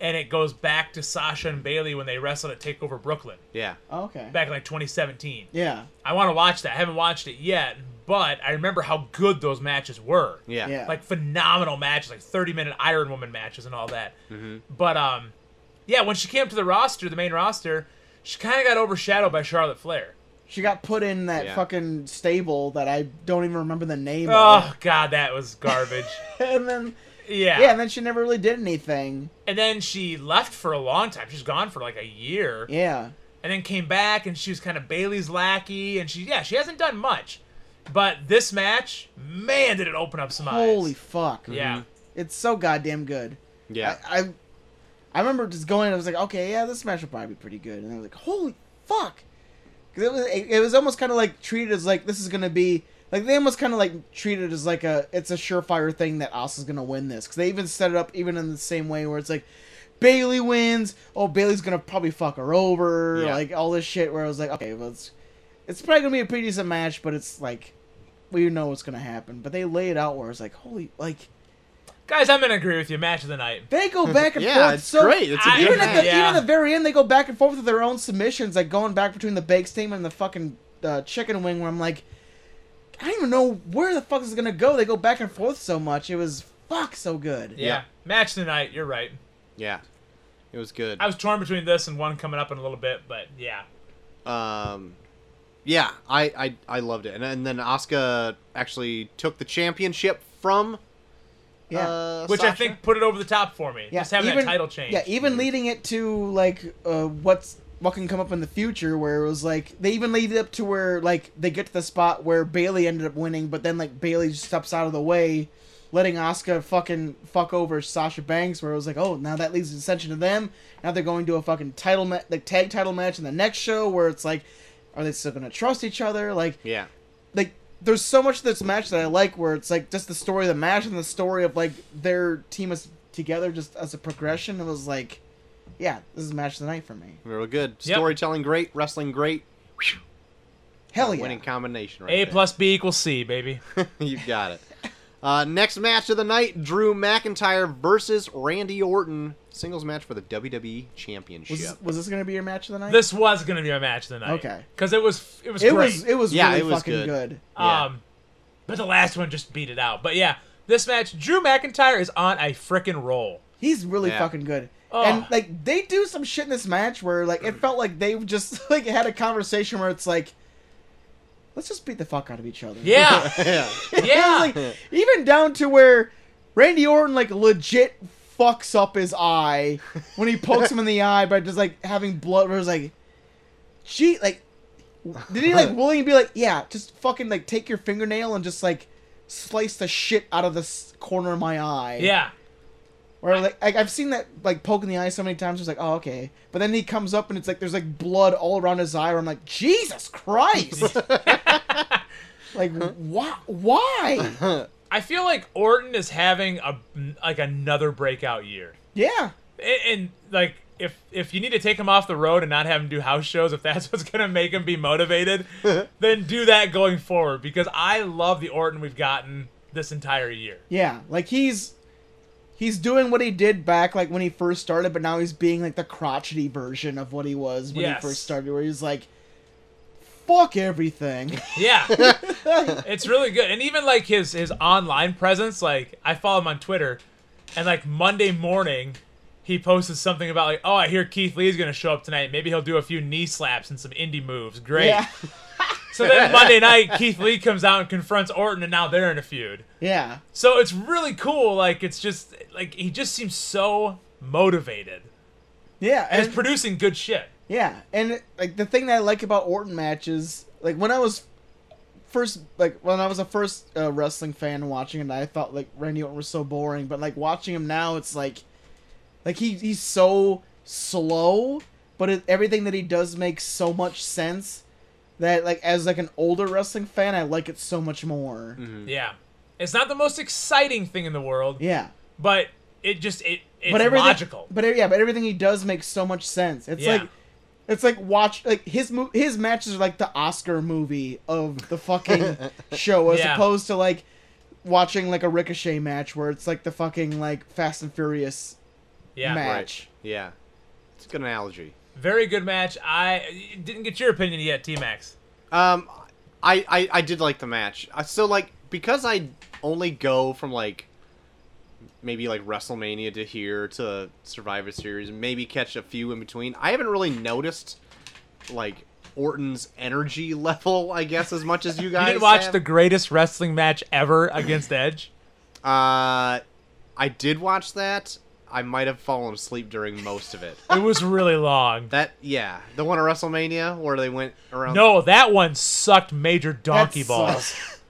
and it goes back to Sasha and Bailey when they wrestled at Takeover Brooklyn
Yeah.
Oh, Okay.
back in like 2017.
Yeah.
I want to watch that. I haven't watched it yet, but I remember how good those matches were.
Yeah.
Yeah.
like phenomenal matches, like 30 minute Iron Woman matches and all that. But um, yeah, when she came up to the roster, the main roster, she kind of got overshadowed by Charlotte Flair.
She got put in that
Yeah.
fucking stable that I don't even remember the name
Oh god, that was garbage. [laughs]
of. [laughs] And then
yeah.
yeah, and then she never really did anything.
and then she left for a long time. She's gone for like a year,
Yeah.
and then came back, and she was kind of Bailey's lackey, and she yeah, she hasn't done much. But this match, man, did it open up some eyes.
Holy fuck.
yeah.
It's so goddamn good.
Yeah.
I, I I remember just going and I was like, okay, yeah, this match will probably be pretty good. And I was like, holy fuck. Cuz it was it, it was almost kind of like treated as like this is going to be like they almost kind of like treated as like a it's a surefire thing that Asa's going to win this cuz they even set it up even in the same way where it's like Bailey wins. Oh, Bailey's going to probably fuck her over.
Yeah.
Like all this shit where I was like, okay, well it's it's probably going to be a pretty decent match, but it's like we know what's going to happen. But they lay it out where it's like, holy like
Guys, I'm gonna agree with you. Match of the night.
they
[laughs]
go back and
yeah,
forth
it's
so
great. It's a
I-
good
even at the
match.
Yeah.
even at the very end, they go back and forth with their own submissions, like going back between the baked steam and the fucking uh, chicken wing. Where I'm like, I don't even know where the fuck this is gonna go. They go back and forth so much. It was fuck so good.
Yeah.
Yeah.
Match of the night. You're right.
Yeah. It was good.
I was torn between this and one coming up in a little bit, but yeah.
um yeah I, I i loved it and, and then Asuka actually took the championship from
Yeah.
uh,
Which I
Sasha.
think put it over the top for me.
yeah.
Just having
even,
that title change.
Yeah, even leading it to like uh, what's what can come up in the future, where it was like they even lead it up to where like they get to the spot where Bailey ended up winning, but then like Bailey just steps out of the way. letting Oscar fucking fuck over Sasha Banks, where it was like, oh, now that leads to ascension to them. Now they're going to a fucking title ma- like tag title match in the next show, where it's like, are they still gonna trust each other? Like,
yeah
like there's so much of this match that I like, where it's like just the story of the match and the story of like their team is together just as a progression. It was like, yeah, this is match of the night for me.
real good
Yep.
storytelling great wrestling great Whew.
Hell yeah.
winning combination right
A
there.
plus B equals
[laughs]
C, baby.
[laughs] you got it uh, next match of the night drew mcintyre versus randy orton singles match for the wwe championship
Was, was this gonna be your match of the night?
This was gonna be my match of the night.
Okay.
Because it was it was
it
great.
was it was
Yeah,
really
it was
fucking
good.
good.
Yeah.
Um, but the last one just beat it out. But yeah, this match, Drew McIntyre is on a frickin' roll.
He's really
Yeah.
fucking good.
Oh.
And like they do some shit in this match where like it felt like they just [laughs] like had a conversation where it's like let's just beat the fuck out of each other.
Yeah,
yeah
[laughs]
[laughs]
yeah.
It's like, even down to where Randy Orton like legit fucks up his eye when he pokes him in the eye by just like having blood where it's like gee like did he
[laughs]
like willing be like yeah just fucking like take your fingernail and just like slice the shit out of the s- corner of my eye
yeah.
or like I, I've seen that like poke in the eye so many times. It's like, oh okay. But then he comes up and it's like there's like blood all around his eye. Where I'm like, Jesus
[laughs]
Christ! [laughs] like why? Why?
I feel like Orton is having a like another breakout year.
Yeah.
And, and, like, if if you need to take him off the road and not have him do house shows, if that's [laughs] what's gonna make him be motivated, then do that going forward. Because I love the Orton we've gotten this entire year.
Yeah, like he's he's doing what he did back like when he first started, but now he's being like the crotchety version of what he was when
Yes.
he first started, where he's like, "Fuck everything." [laughs]
Yeah, it's really good. And even like his his online presence, like I follow him on Twitter, and like Monday morning, he posted something about like, oh, I hear Keith Lee's gonna show up tonight. Maybe he'll do a few knee slaps and some indie moves.
[laughs]
Great.
yeah,
So
[laughs]
then Monday night, Keith Lee comes out and confronts Orton, and now they're in a feud.
yeah,
So it's really cool. Like it's just like he just seems so motivated.
yeah,
And
and
he's producing good shit.
yeah, and like the thing that I like about Orton matches, like when I was first, like when I was a first uh, wrestling fan watching it, I thought like Randy Orton was so boring, but like watching him now, it's like, like he he's so slow, but it, everything that he does makes so much sense. That like as like an older wrestling fan, I like it so much more.
Yeah, it's not the most exciting thing in the world,
Yeah,
but it just it it's
but everything,
logical.
But e-, yeah, but everything he does makes so much sense. It's
Yeah.
like it's like watch like his mo- his matches are like the Oscar movie of the fucking show, as
Yeah.
opposed to like watching like a Ricochet match where it's like the fucking like Fast and Furious
yeah,
match.
Right. Yeah. It's a good analogy.
Very good match. I didn't get your opinion yet, T Max.
Um, I, I I did like the match. I so like because I only go from like maybe like WrestleMania to here to Survivor Series, and maybe catch a few in between. I haven't really noticed like Orton's energy [laughs] level, I guess, as much as you
[laughs] You
guys.
didn't watch
have.
the greatest wrestling match ever against Edge.
Uh, I did watch that. I might have fallen asleep during most of it.
It was really long.
That yeah, the one at WrestleMania where they went around.
No, that one sucked major
That
donkey
[laughs]
balls.
sucks.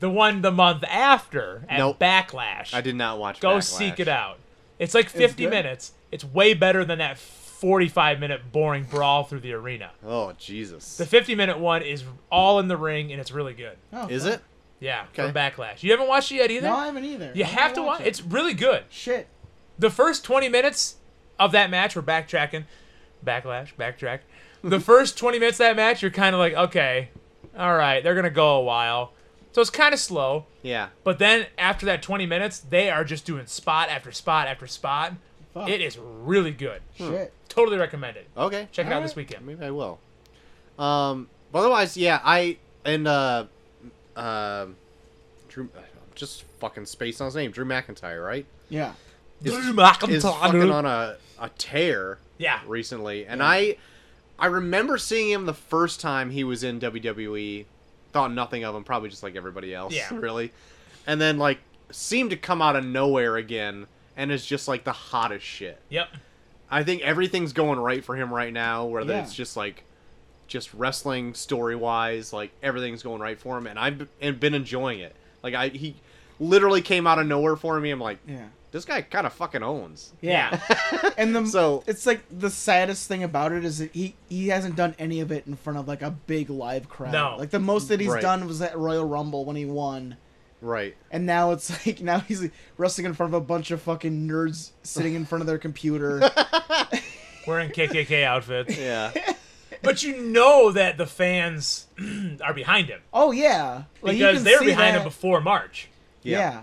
The one the month after at
Nope.
Backlash.
I did not watch.
Go
Backlash.
seek it out. It's like 50
good.
minutes. It's way better than that 45 minute boring brawl through the arena.
Oh Jesus!
The 50 minute one is all in the ring and it's really good.
Oh,
Is
fuck.
it?
Yeah,
Okay.
from Backlash. You haven't watched it yet either?
No, I haven't either.
you
I
have to
gotta
watch
it.
it. It's really good.
shit.
the first 20 minutes of that match we're backtracking backlash backtrack
[laughs]
the first 20 minutes of that match you're kind of like okay all right they're gonna go a while so it's kind of slow
Yeah.
but then after that 20 minutes they are just doing spot after spot after spot
Fuck.
it is really good
Shit.
totally recommend it
Okay.
check it out
Alright.
this weekend
Maybe I will. Um. But otherwise, yeah. I and uh, um, Drew. uh, Just fucking space on his name. Drew McIntyre, right?
Yeah.
Is,
Drew
is
McIntyre.
fucking on a a tear.
Yeah.
Recently, and I, I remember seeing him the first time he was in WWE. Thought nothing of him, probably just like everybody else. [laughs]
Yeah.
Really. And then like seemed to come out of nowhere again, and is just like the hottest shit.
yep
I think everything's going right for him right now, where that
Yeah.
it's just like, just wrestling story wise, like everything's going right for him, and I've b- and been enjoying it. Like I, he literally came out of nowhere for me. I'm like,
Yeah.
this guy kind of fucking owns.
Yeah. and the
So-
so it's like the saddest thing about it is that he he hasn't done any of it in front of like a big live crowd.
No.
Like the most that he's
Right.
done was at Royal Rumble when he won.
Right.
And now it's [laughs] like now he's wrestling in front of a bunch of fucking nerds sitting in front of their computer. [laughs]
wearing
[laughs]
kkk outfits
Yeah.
but you know that the fans [clears throat] are behind him
oh yeah, like, you
because
can
they were
see
behind
that-
him before march
Yeah.
Yeah.
yeah.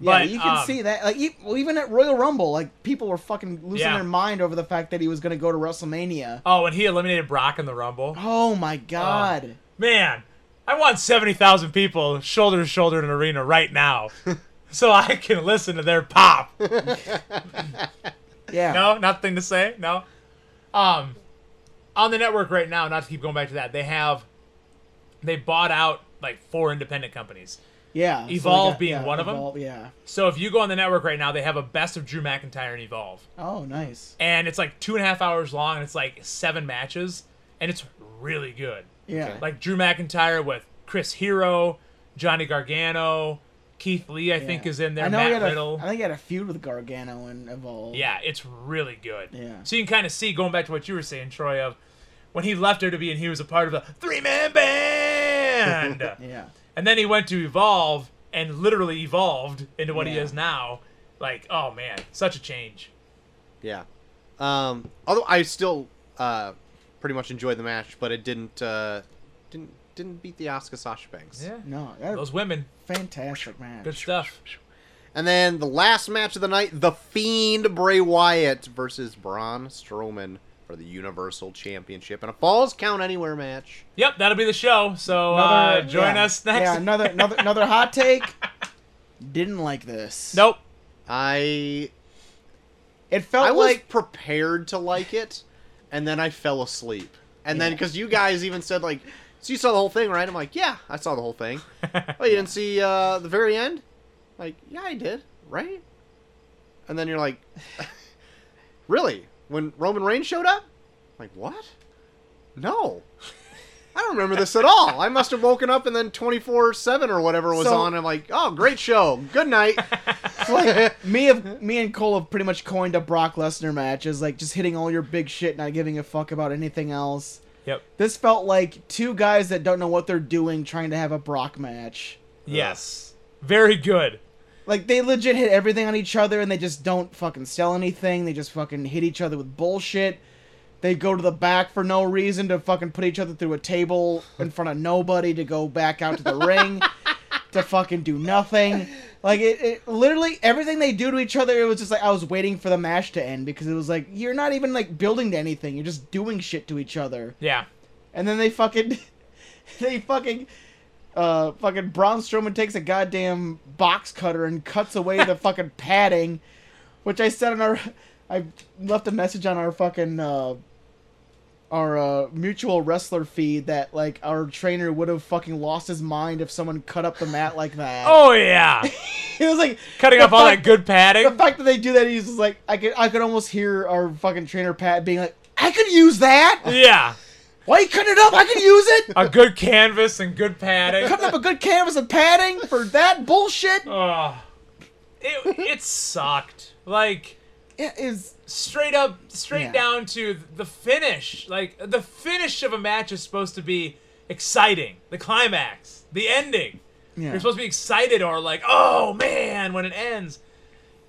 But,
you can
um,
see that. Like, e- well, even at Royal Rumble, like people were fucking losing
Yeah.
their mind over the fact that he was going to go to WrestleMania.
oh and he eliminated brock in the rumble
Oh my god!
man, I want 70,000 people shoulder to shoulder in an arena right now so I can listen to their pop.
yeah,
No, nothing to say. No. Um, on the network right now, not to keep going back to that, they have, they bought out like four independent companies.
yeah. So,
Evolve
like,
being
yeah,
one of 'em?
Evolve- Yeah.
So if you go on the network right now, they have a best of Drew McIntyre and Evolve.
Oh, nice.
And it's like two and a half hours long and it's like seven matches and it's really good.
Yeah.
Okay.
like Drew McIntyre with Chris Hero, Johnny Gargano, Keith Lee, I think
Yeah.
is in there,
I know he
Matt
had
Riddle.
A, I think he had a feud with Gargano and Evolve.
yeah, it's really good.
Yeah.
So you can kind of see going back to what you were saying, Troy, of when he left WWE and he was a part of the three man band,
[laughs] Yeah.
and then he went to Evolve and literally evolved into what he
Yeah.
is now. Like, oh man, such a change.
Yeah. Um, although I still uh, pretty much enjoyed the match, but it didn't uh, didn't didn't beat the Asuka Sasha Banks.
Yeah.
No, that was
Those women,
fantastic man.
good stuff.
And then the last match of the night, The Fiend Bray Wyatt versus Braun Strowman for the Universal Championship in a Falls Count Anywhere match.
Yep, that'll be the show. So uh, join
yeah.
us next.
Yeah, another
[laughs]
another another hot take. Didn't like this.
nope. [laughs]
I
It felt
I was
like
prepared to like it, and then I fell asleep. And then
Yeah.
because you guys even said like, so you saw the whole thing, right? I'm like, yeah, I saw the whole thing. oh, you didn't see uh, the very end? Like, yeah, I did, right? And then you're like, [laughs] really? When Roman Reigns showed up? like, what? No. I don't remember this at all. I must have woken up and then 24 7 or whatever was
So-
on. I'm like, oh, great show. Good night. [laughs]
me of me and Cole have pretty much coined a Brock Lesnar match as like just hitting all your big shit, not giving a fuck about anything else.
Yep.
This felt like two guys that don't know what they're doing trying to have a Brock match.
Yes. Very good.
Like they legit hit everything on each other and they just don't fucking sell anything. They just fucking hit each other with bullshit. They go to the back for no reason to fucking put each other through a table in front of nobody to go back out to the ring to fucking do nothing. Like it, it literally everything they do to each other it was just like I was waiting for the match to end because it was like you're not even like building to anything. You're just doing shit to each other.
Yeah.
And then they fucking, [laughs] they fucking, uh, fucking Braun Strowman takes a goddamn box cutter and cuts away
[laughs]
the fucking padding, which I said on our, I left a message on our fucking, uh, our uh, mutual wrestler feed that like our trainer would have fucking lost his mind if someone cut up the mat like that. [laughs]
Oh yeah.
it was like
Cutting
the
off all that
fact-
good
The
padding.
fact that they do that, he's just like I could I could almost hear our fucking trainer Pat being like, I could use that.
Yeah.
Why you cut it up? I could use it.
[laughs] A good canvas and good padding.
cutting up a good canvas and padding for that bullshit
Oh. It it sucked. Like
it is
straight up straight
Yeah.
down to the finish. Like the finish of a match is supposed to be exciting. The climax. The ending.
yeah.
You're supposed to be excited or like, oh man, when it ends.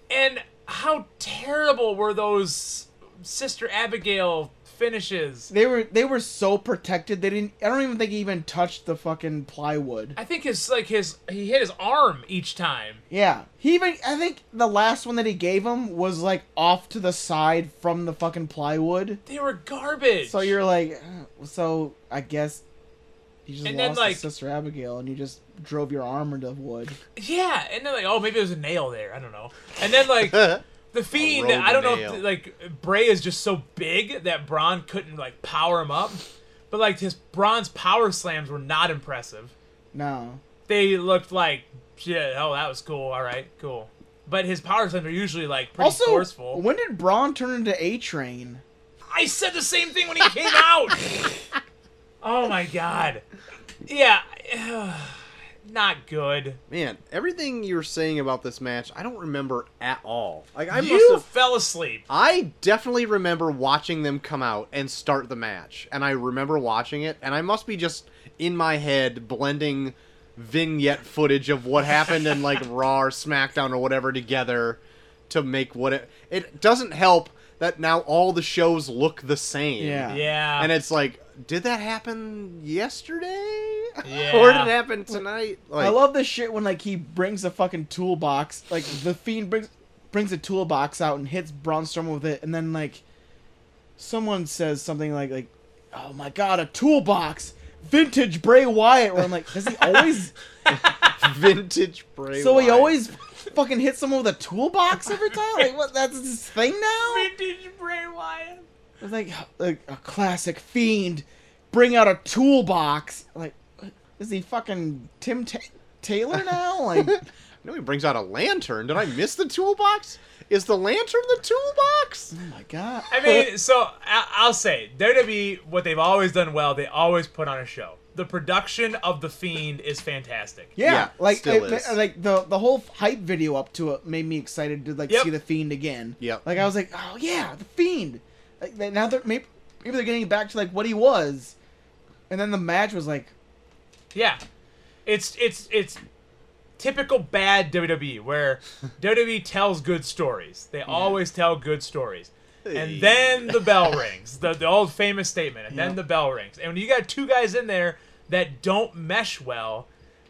And how terrible were those Sister Abigail finishes?
they were they were so protected they didn't I don't even think he even touched the fucking plywood.
I think his like his he hit his arm each time.
Yeah. He even I think the last one that he gave him was like off to the side from the fucking plywood.
They were garbage.
So you're like uh, so I guess you just
And then,
lost
like-
to Sister Abigail and you just drove your arm into wood.
yeah, and then like oh maybe there's a nail there. I don't know. And
[laughs]
then like the fiend.
rolled
I don't know
nail.
if like Bray is just so big that Braun couldn't like power him up, but like his Braun's power slams were not impressive.
No.
they looked like shit. Oh, that was cool. All right, cool. But his power slams are usually like pretty
Also,
forceful.
when did Braun turn into A Train?
I said the same thing when he came out. oh my god. Yeah. [sighs] Not good.
Man, everything you were saying about this match, I don't remember at all. Like I must
you
have
fell asleep.
I definitely remember watching them come out and start the match, and I remember watching it, and I must be just in my head blending vignette footage of what happened
[laughs]
in like Raw or SmackDown or whatever together to make what it. It doesn't help that now all the shows look the same.
Yeah.
Yeah.
And it's like, did that happen yesterday? [laughs]
Yeah.
or did it happen tonight? Like,
I love this shit when like he brings a fucking toolbox, like the fiend brings brings a toolbox out and hits Braun Strowman with it, and then like someone says something like like, "Oh my god, a toolbox, vintage Bray Wyatt." Where I'm like,
[laughs]
does he always?
[laughs] vintage Bray.
so he
Wyatt.
always fucking hits someone with a toolbox every time. Like what? That's his thing now.
vintage Bray Wyatt.
It's like like a classic fiend, bring out a toolbox. Like, is he fucking Tim Ta- Taylor now?
[laughs]
Like. oh
No, he brings out a lantern. Did I miss the toolbox? Is the lantern the toolbox?
Oh my god.
I mean, so I- I'll say WWE what they've always done well. They always put on a show. The production of the Fiend is fantastic.
Yeah,
Yeah,
like
still
it-
is.
like the the whole hype video up to it made me excited to like
Yep.
see the fiend again.
Yep.
Like I was like, oh yeah, the fiend. Like they, now they're maybe maybe they're getting back to like what he was, and then the match was like,
Yeah, it's it's it's typical E,
[laughs]
bad WWE where WWE tells good stories. They always tell good stories.
Hey.
and
[laughs]
then the bell rings. The, the old famous statement, and
Yeah.
then the bell rings. And when you got two guys in there that don't mesh well,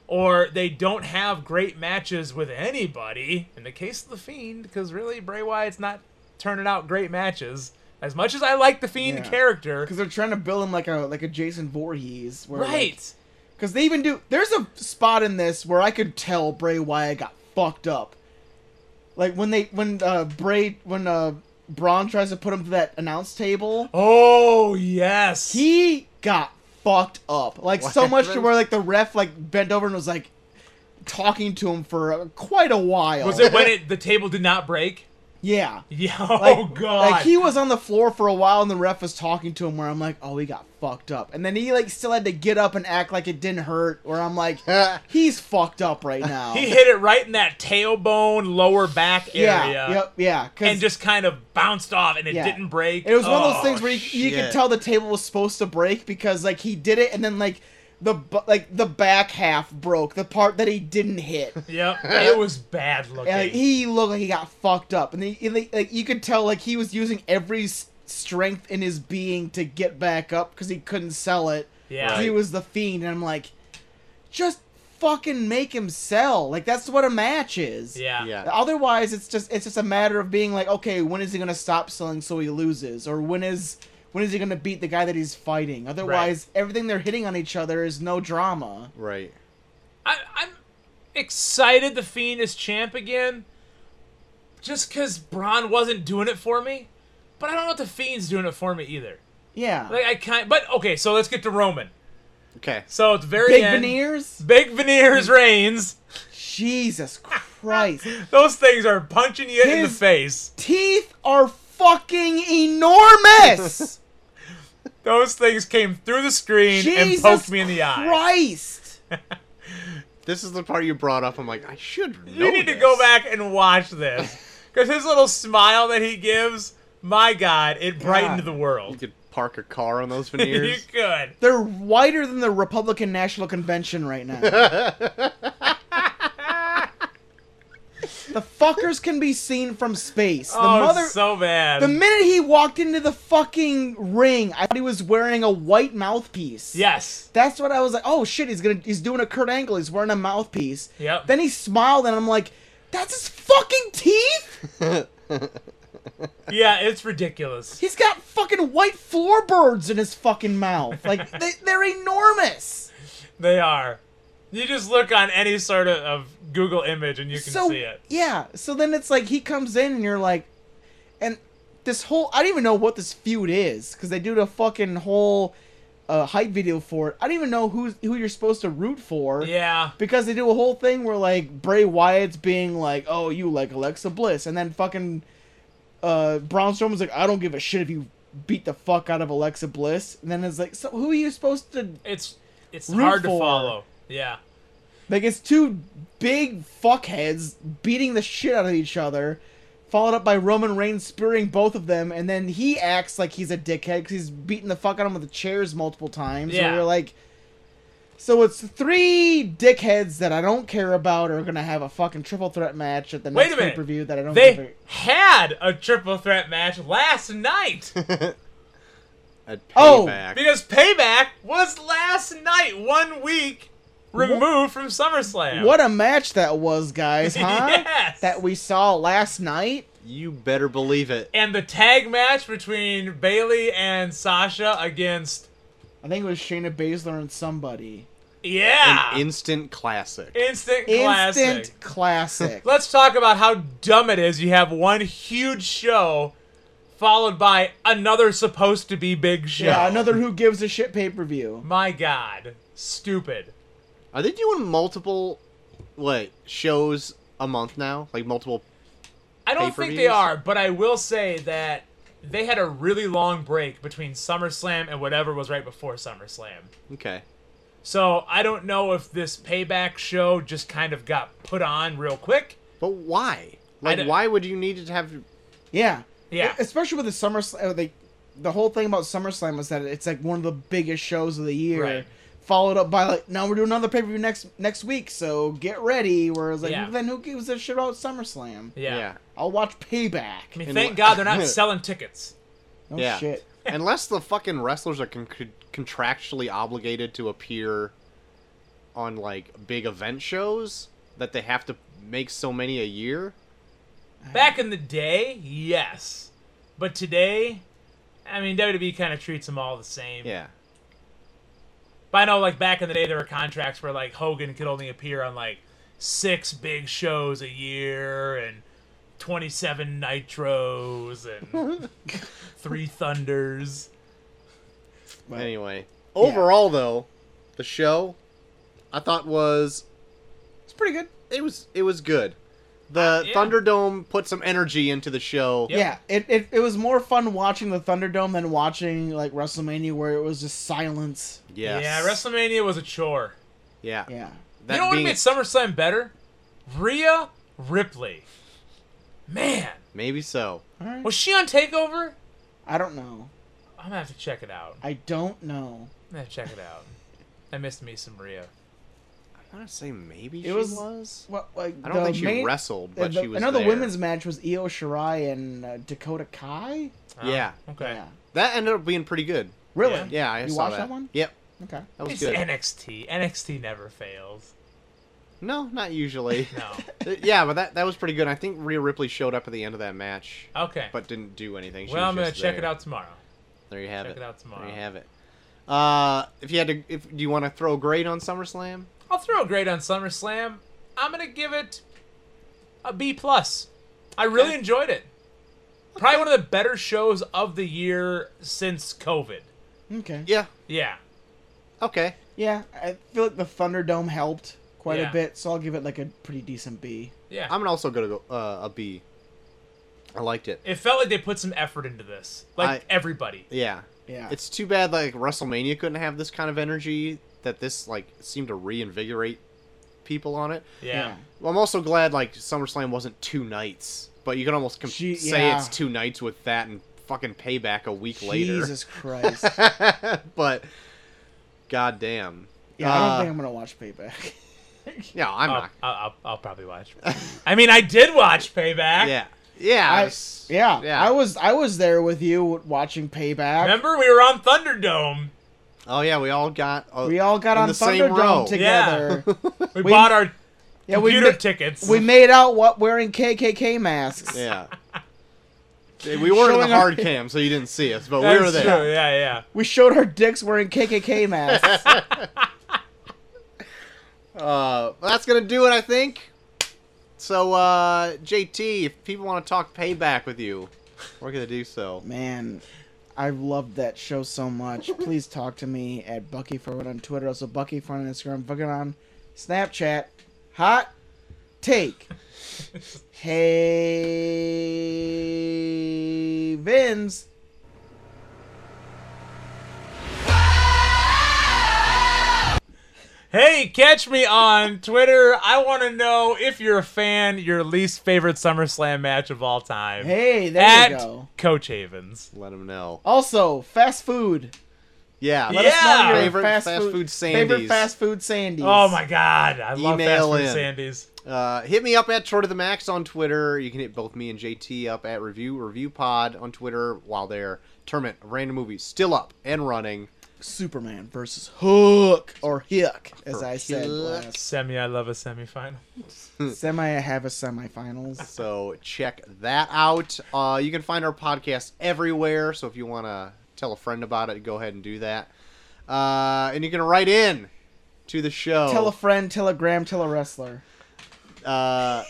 or they don't have great matches with anybody, in the case of The Fiend, because really, Bray Wyatt's not turning out great matches. As much as I like The Fiend
Yeah.
character,
because they're trying to build him like a like a Jason Voorhees, where,
right.
Because they even do. There's a spot in this where I could tell Bray Wyatt got fucked up. Like when they when uh Bray when uh Braun tries to put him to that announce table,
oh, yes.
he got fucked up. Like so
What?
much to where like the ref like bent over and was like talking to him for uh, quite a while.
was it when it, the table did not break?
Yeah.
Yeah. [laughs]
Like,
Oh, God.
Like he was on the floor for a while, and the ref was talking to him. Where I'm like, oh, he got fucked up, and then he like still had to get up and act like it didn't hurt. Where I'm
[laughs]
like, he's fucked up right now.
He hit it right in that tailbone, lower back
yeah,
area,
yep, yeah, 'cause
and just kind of bounced off, and it
Yeah.
didn't break.
it was one of
Oh,
those things where you, you could
shit.
tell the table was supposed to break because like he did it, and then like the bu- like the back half broke, the part that he didn't hit.
Yep,
[laughs]
it was bad looking.
And, like, he looked like he got fucked up, and, he, and, like, like you could tell, like he was using every s- strength in his being to get back up because he couldn't sell it.
Yeah.
'Cause he was the fiend, and I'm like, just fucking make him sell. Like that's what a match is.
yeah.
Yeah.
Otherwise, it's just it's just a matter of being like, okay, when is he gonna stop selling so he loses, or when is when is he gonna beat the guy that he's fighting? Otherwise, everything they're hitting on each other is no drama.
Right.
I, I'm excited the Fiend is champ again, just because Braun wasn't doing it for me, but I don't know if the Fiend's doing it for me either.
Yeah,
Like I kind, but okay. So let's get to Roman.
Okay.
So it's very
big
end,
veneers.
Big veneers reigns. [laughs]
Jesus Christ,
Those things are punching you in the
His-
face.
teeth are fucking enormous.
Those things came through the screen [laughs] and
Jesus
poked me in the eye.
Christ.
This is the part you brought up. I'm like, I should know.
You need to
this.
go back and watch
[laughs]
this because his little smile that he gives, my God, it brightened
God.
the
[laughs]
You
world.
could park a car on
[laughs]
those
you
veneers.
could.
They're whiter than the Republican National Convention right
[laughs]
now. the fuckers can be seen from space. The
oh,
mother.
so bad.
the minute he walked into the fucking ring, I thought he was wearing a white mouthpiece.
yes.
That's what I was like. Oh shit, he's gonna. He's doing a Kurt Angle. He's wearing a mouthpiece.
Yep.
Then he smiled, and I'm like, "That's his fucking teeth.
yeah, it's ridiculous.
He's got fucking white floorboards in his fucking
[laughs]
mouth. Like they, they're enormous."
They are. You just look on any sort of, of Google image and you can
so
see it.
yeah so then it's like he comes in and you're like and this whole i don't even know what this feud is because they do the fucking whole uh, hype video for it i don't even know who's who you're supposed to root for
Yeah.
because they do a whole thing where like bray wyatt's being like oh you like alexa bliss and then fucking uh braun strowman's like i don't give a shit if you beat the fuck out of alexa bliss and then it's like so who are you supposed to
It's it's
Root
hard
for.
to follow. Yeah.
Like it's two big fuckheads beating the shit out of each other, followed up by Roman Reigns spearing both of them, and then he acts like he's a dickhead because he's beating the fuck out of him with the chairs multiple times.
Yeah.
So you're like, so it's three dickheads that I don't care about are gonna have a fucking triple threat match at the
Wait a
next pay
minute.
per view that I don't. give
They
a-
had a triple threat match last
[laughs]
night
[laughs] At
Oh,
payback.
because Payback was last night, one week removed from SummerSlam. [laughs]
What a match that was, guys, huh?
Yes.
That we saw last night.
you better believe it.
And the tag match between Bailey and Sasha against
I think it was Shayna Baszler and somebody.
yeah,
An instant classic.
instant classic.
Instant
[laughs]
classic.
Let's talk about how dumb it is. You have one huge show followed by another supposed to be big show.
Yeah, another who gives a shit pay per view.
My God, stupid.
Are they doing multiple, like shows a month now? Like multiple?
I don't think they
Pay-per-views?
are, but I will say that they had a really long break between SummerSlam and whatever was right before SummerSlam.
Okay.
So I don't know if this payback show just kind of got put on real quick.
But why?
don't-
Like, why would you need to have?
Yeah, E,
Yeah.
Especially with the uh, SummerSlam, the the whole thing about SummerSlam was that it's like one of the biggest shows of the year.
Right.
followed up by like, "Now we're doing another pay per view next next week, so get ready." Whereas like,
Yeah.
then who gives a shit about SummerSlam?
Yeah.
I'll watch Payback.
I mean,
And
thank
wh-
God
[laughs]
they're not selling tickets.
no
yeah.
shit.
[laughs] Unless the fucking wrestlers are con- con- contractually obligated to appear on like big event shows that they have to make so many a year.
Back in the day, yes, but today, I mean, WWE kind of treats them all the same.
Yeah.
But I know, like back in the day, there were contracts where like Hogan could only appear on like six big shows a year and twenty-seven Nitros
[laughs]
and three Thunders.
But
Anyway, overall though, the show I thought was
it's pretty good.
it was it was good. The
Uh, yeah.
Thunderdome put some energy into the show.
Yep.
Yeah, it, it it was more fun watching the Thunderdome than watching like WrestleMania, where it was just silence.
Yes.
Yeah, WrestleMania was a chore.
Yeah.
Yeah,
That
you know what
being-
made SummerSlam better? Rhea Ripley. Man,
maybe so.
all right.
was she on Takeover?
I don't know.
I'm gonna have to check it out. I'm
I don't know.
gonna have to check it out. I missed me some Rhea.
I want to say maybe
It
she
was-
was.
What like
I don't
the
think she
main-
wrestled,
uh,
but
the-
she was.
Another
there.
women's match was Io Shirai and uh, Dakota Kai.
Huh?
Yeah.
Okay.
Yeah,
That ended up being pretty good.
really?
Yeah.
Yeah, I
You
saw
watched
that.
that one?
Yep,
Okay.
that was
it's
good.
NXT. NXT never fails.
no, not usually.
[laughs]
[laughs]
No.
Uh, yeah, but that that was pretty good. I think Rhea Ripley showed up at the end of that match,
Okay.
but didn't do anything. She
well,
was
I'm gonna
just
check it
there.
out tomorrow.
There you have
Check
it.
it out tomorrow.
There you have it. Uh, if you had to, if do you want to throw a grade on SummerSlam?
I'll throw a grade on SummerSlam. I'm gonna give it a B plus. I really
Okay.
enjoyed it. Probably one of the better shows of the year since COVID.
Okay.
Yeah.
Yeah.
Okay.
Yeah, I feel like the Thunderdome helped quite
Yeah.
a bit, so I'll give it like a pretty decent B.
Yeah.
I'm gonna also gonna go uh, a B. I liked it.
it felt like they put some effort into this.
I-
Like everybody.
Yeah.
Yeah.
It's too bad like WrestleMania couldn't have this kind of energy that this like seemed to reinvigorate people on it.
Yeah.
Well, I'm also glad like SummerSlam wasn't two nights, but you can almost com-
Gee,
say
yeah.
it's two nights with that and fucking payback a week
Jesus Christ.
later. [laughs] but goddamn,
Yeah, I don't
Uh,
think I'm gonna watch Payback.
yeah, I'm
I'll,
not.
Oh, I'll, I'll, I'll
[laughs]
probably watch. I mean, I did watch Payback.
Yeah, yeah,
I-
it's-
yeah,
yeah.
I was I was there with you watching Payback.
Remember, we were on Thunderdome.
oh yeah, we all got. Oh,
We all got
In
on
the same row.
Thunderdome
[laughs]
together.
We,
We-
bought our
Yeah, we
computer
ma-
tickets.
we made out what wearing KKK masks.
yeah. We weren't in
Showing
the
our-
hard cam, so you didn't see us, but
That's
we were there.
True. Yeah, yeah.
We showed our dicks wearing KKK
[laughs]
masks.
Uh, well, that's gonna do it, I think. So, uh, JT, if people want to talk payback with you, we're gonna do so.
Man, I loved that show so much.
[laughs]
Please talk to me at Bucky Furwood on Twitter, also Bucky Fun on Instagram, Bucky on Snapchat. Hot
[laughs]
take. hey, Vins.
Hey, catch me on Twitter. I want to know if you're a fan, your least favorite SummerSlam match of all time.
Hey, there
at
you go.
Coach Havens.
Let them know.
Also, fast food.
Yeah.
Let
Let
us know
Yeah.
your
Favorite fast food
Favorite
Sandies.
fast food Sandies.
Oh my God, I love
Email
Fast Food
in.
Sandy's.
Uh, hit me up at short of the max on Twitter. You can hit both me and JT up at review review pod on Twitter while their tournament of random movies still up and running.
Superman versus Hook or Hick, as
Or
I said
Hick. Hmm.
last.
Semi, I love a semifinal.
Semi have a semifinals.
So check that out. Uh, you can find our podcast everywhere. So if you want to tell a friend about it, go ahead and do that. Uh, and you can write in to the show.
Tell a friend, tell a gram, tell a wrestler.
uh,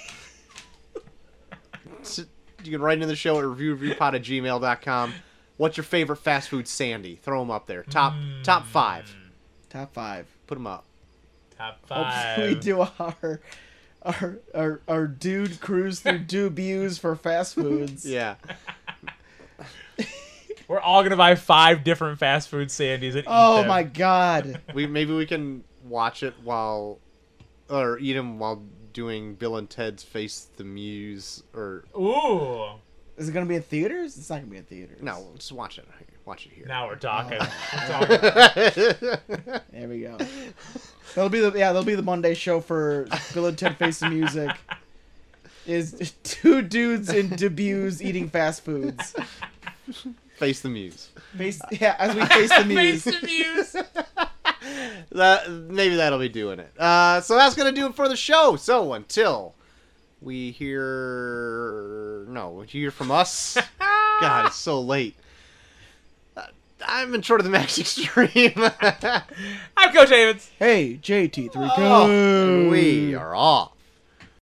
[laughs] s- you can write into the show at reviewreviewpod at gmail.com. What's your favorite fast food Sandy? Throw them up there. Top
Hmm.
top five.
Top five.
Put them up.
Top
Hopefully Oh, we
five.
do our our our, our dude cruise through debuts for fast foods.
Yeah.
We're all gonna buy five different fast food Sandies and eat
Oh
them.
my god.
we Maybe we can watch it while, or eat them while doing Bill and Ted's Face the Muse or
Ooh.
Is it gonna be in theaters? It's not gonna be in theaters.
No, just watch it. Watch Watch it here.
Now we're talking.
Oh,
We're talking.
[laughs]
There we go. That'll be the yeah. That'll be the Monday show for Bill and Ted Face the Music. Is two dudes in debuts eating fast foods.
Face the muse.
Face, yeah, as we face the
[laughs] Face
muse.
the muse.
That maybe that'll be doing it. Uh, so that's gonna do it for the show. So until we hear no, you hear from us. God, it's so late. Uh, I've been short of the max [laughs] extreme.
I'm Coach Davids.
Hey, JT3
Oh, and Oh, we are off.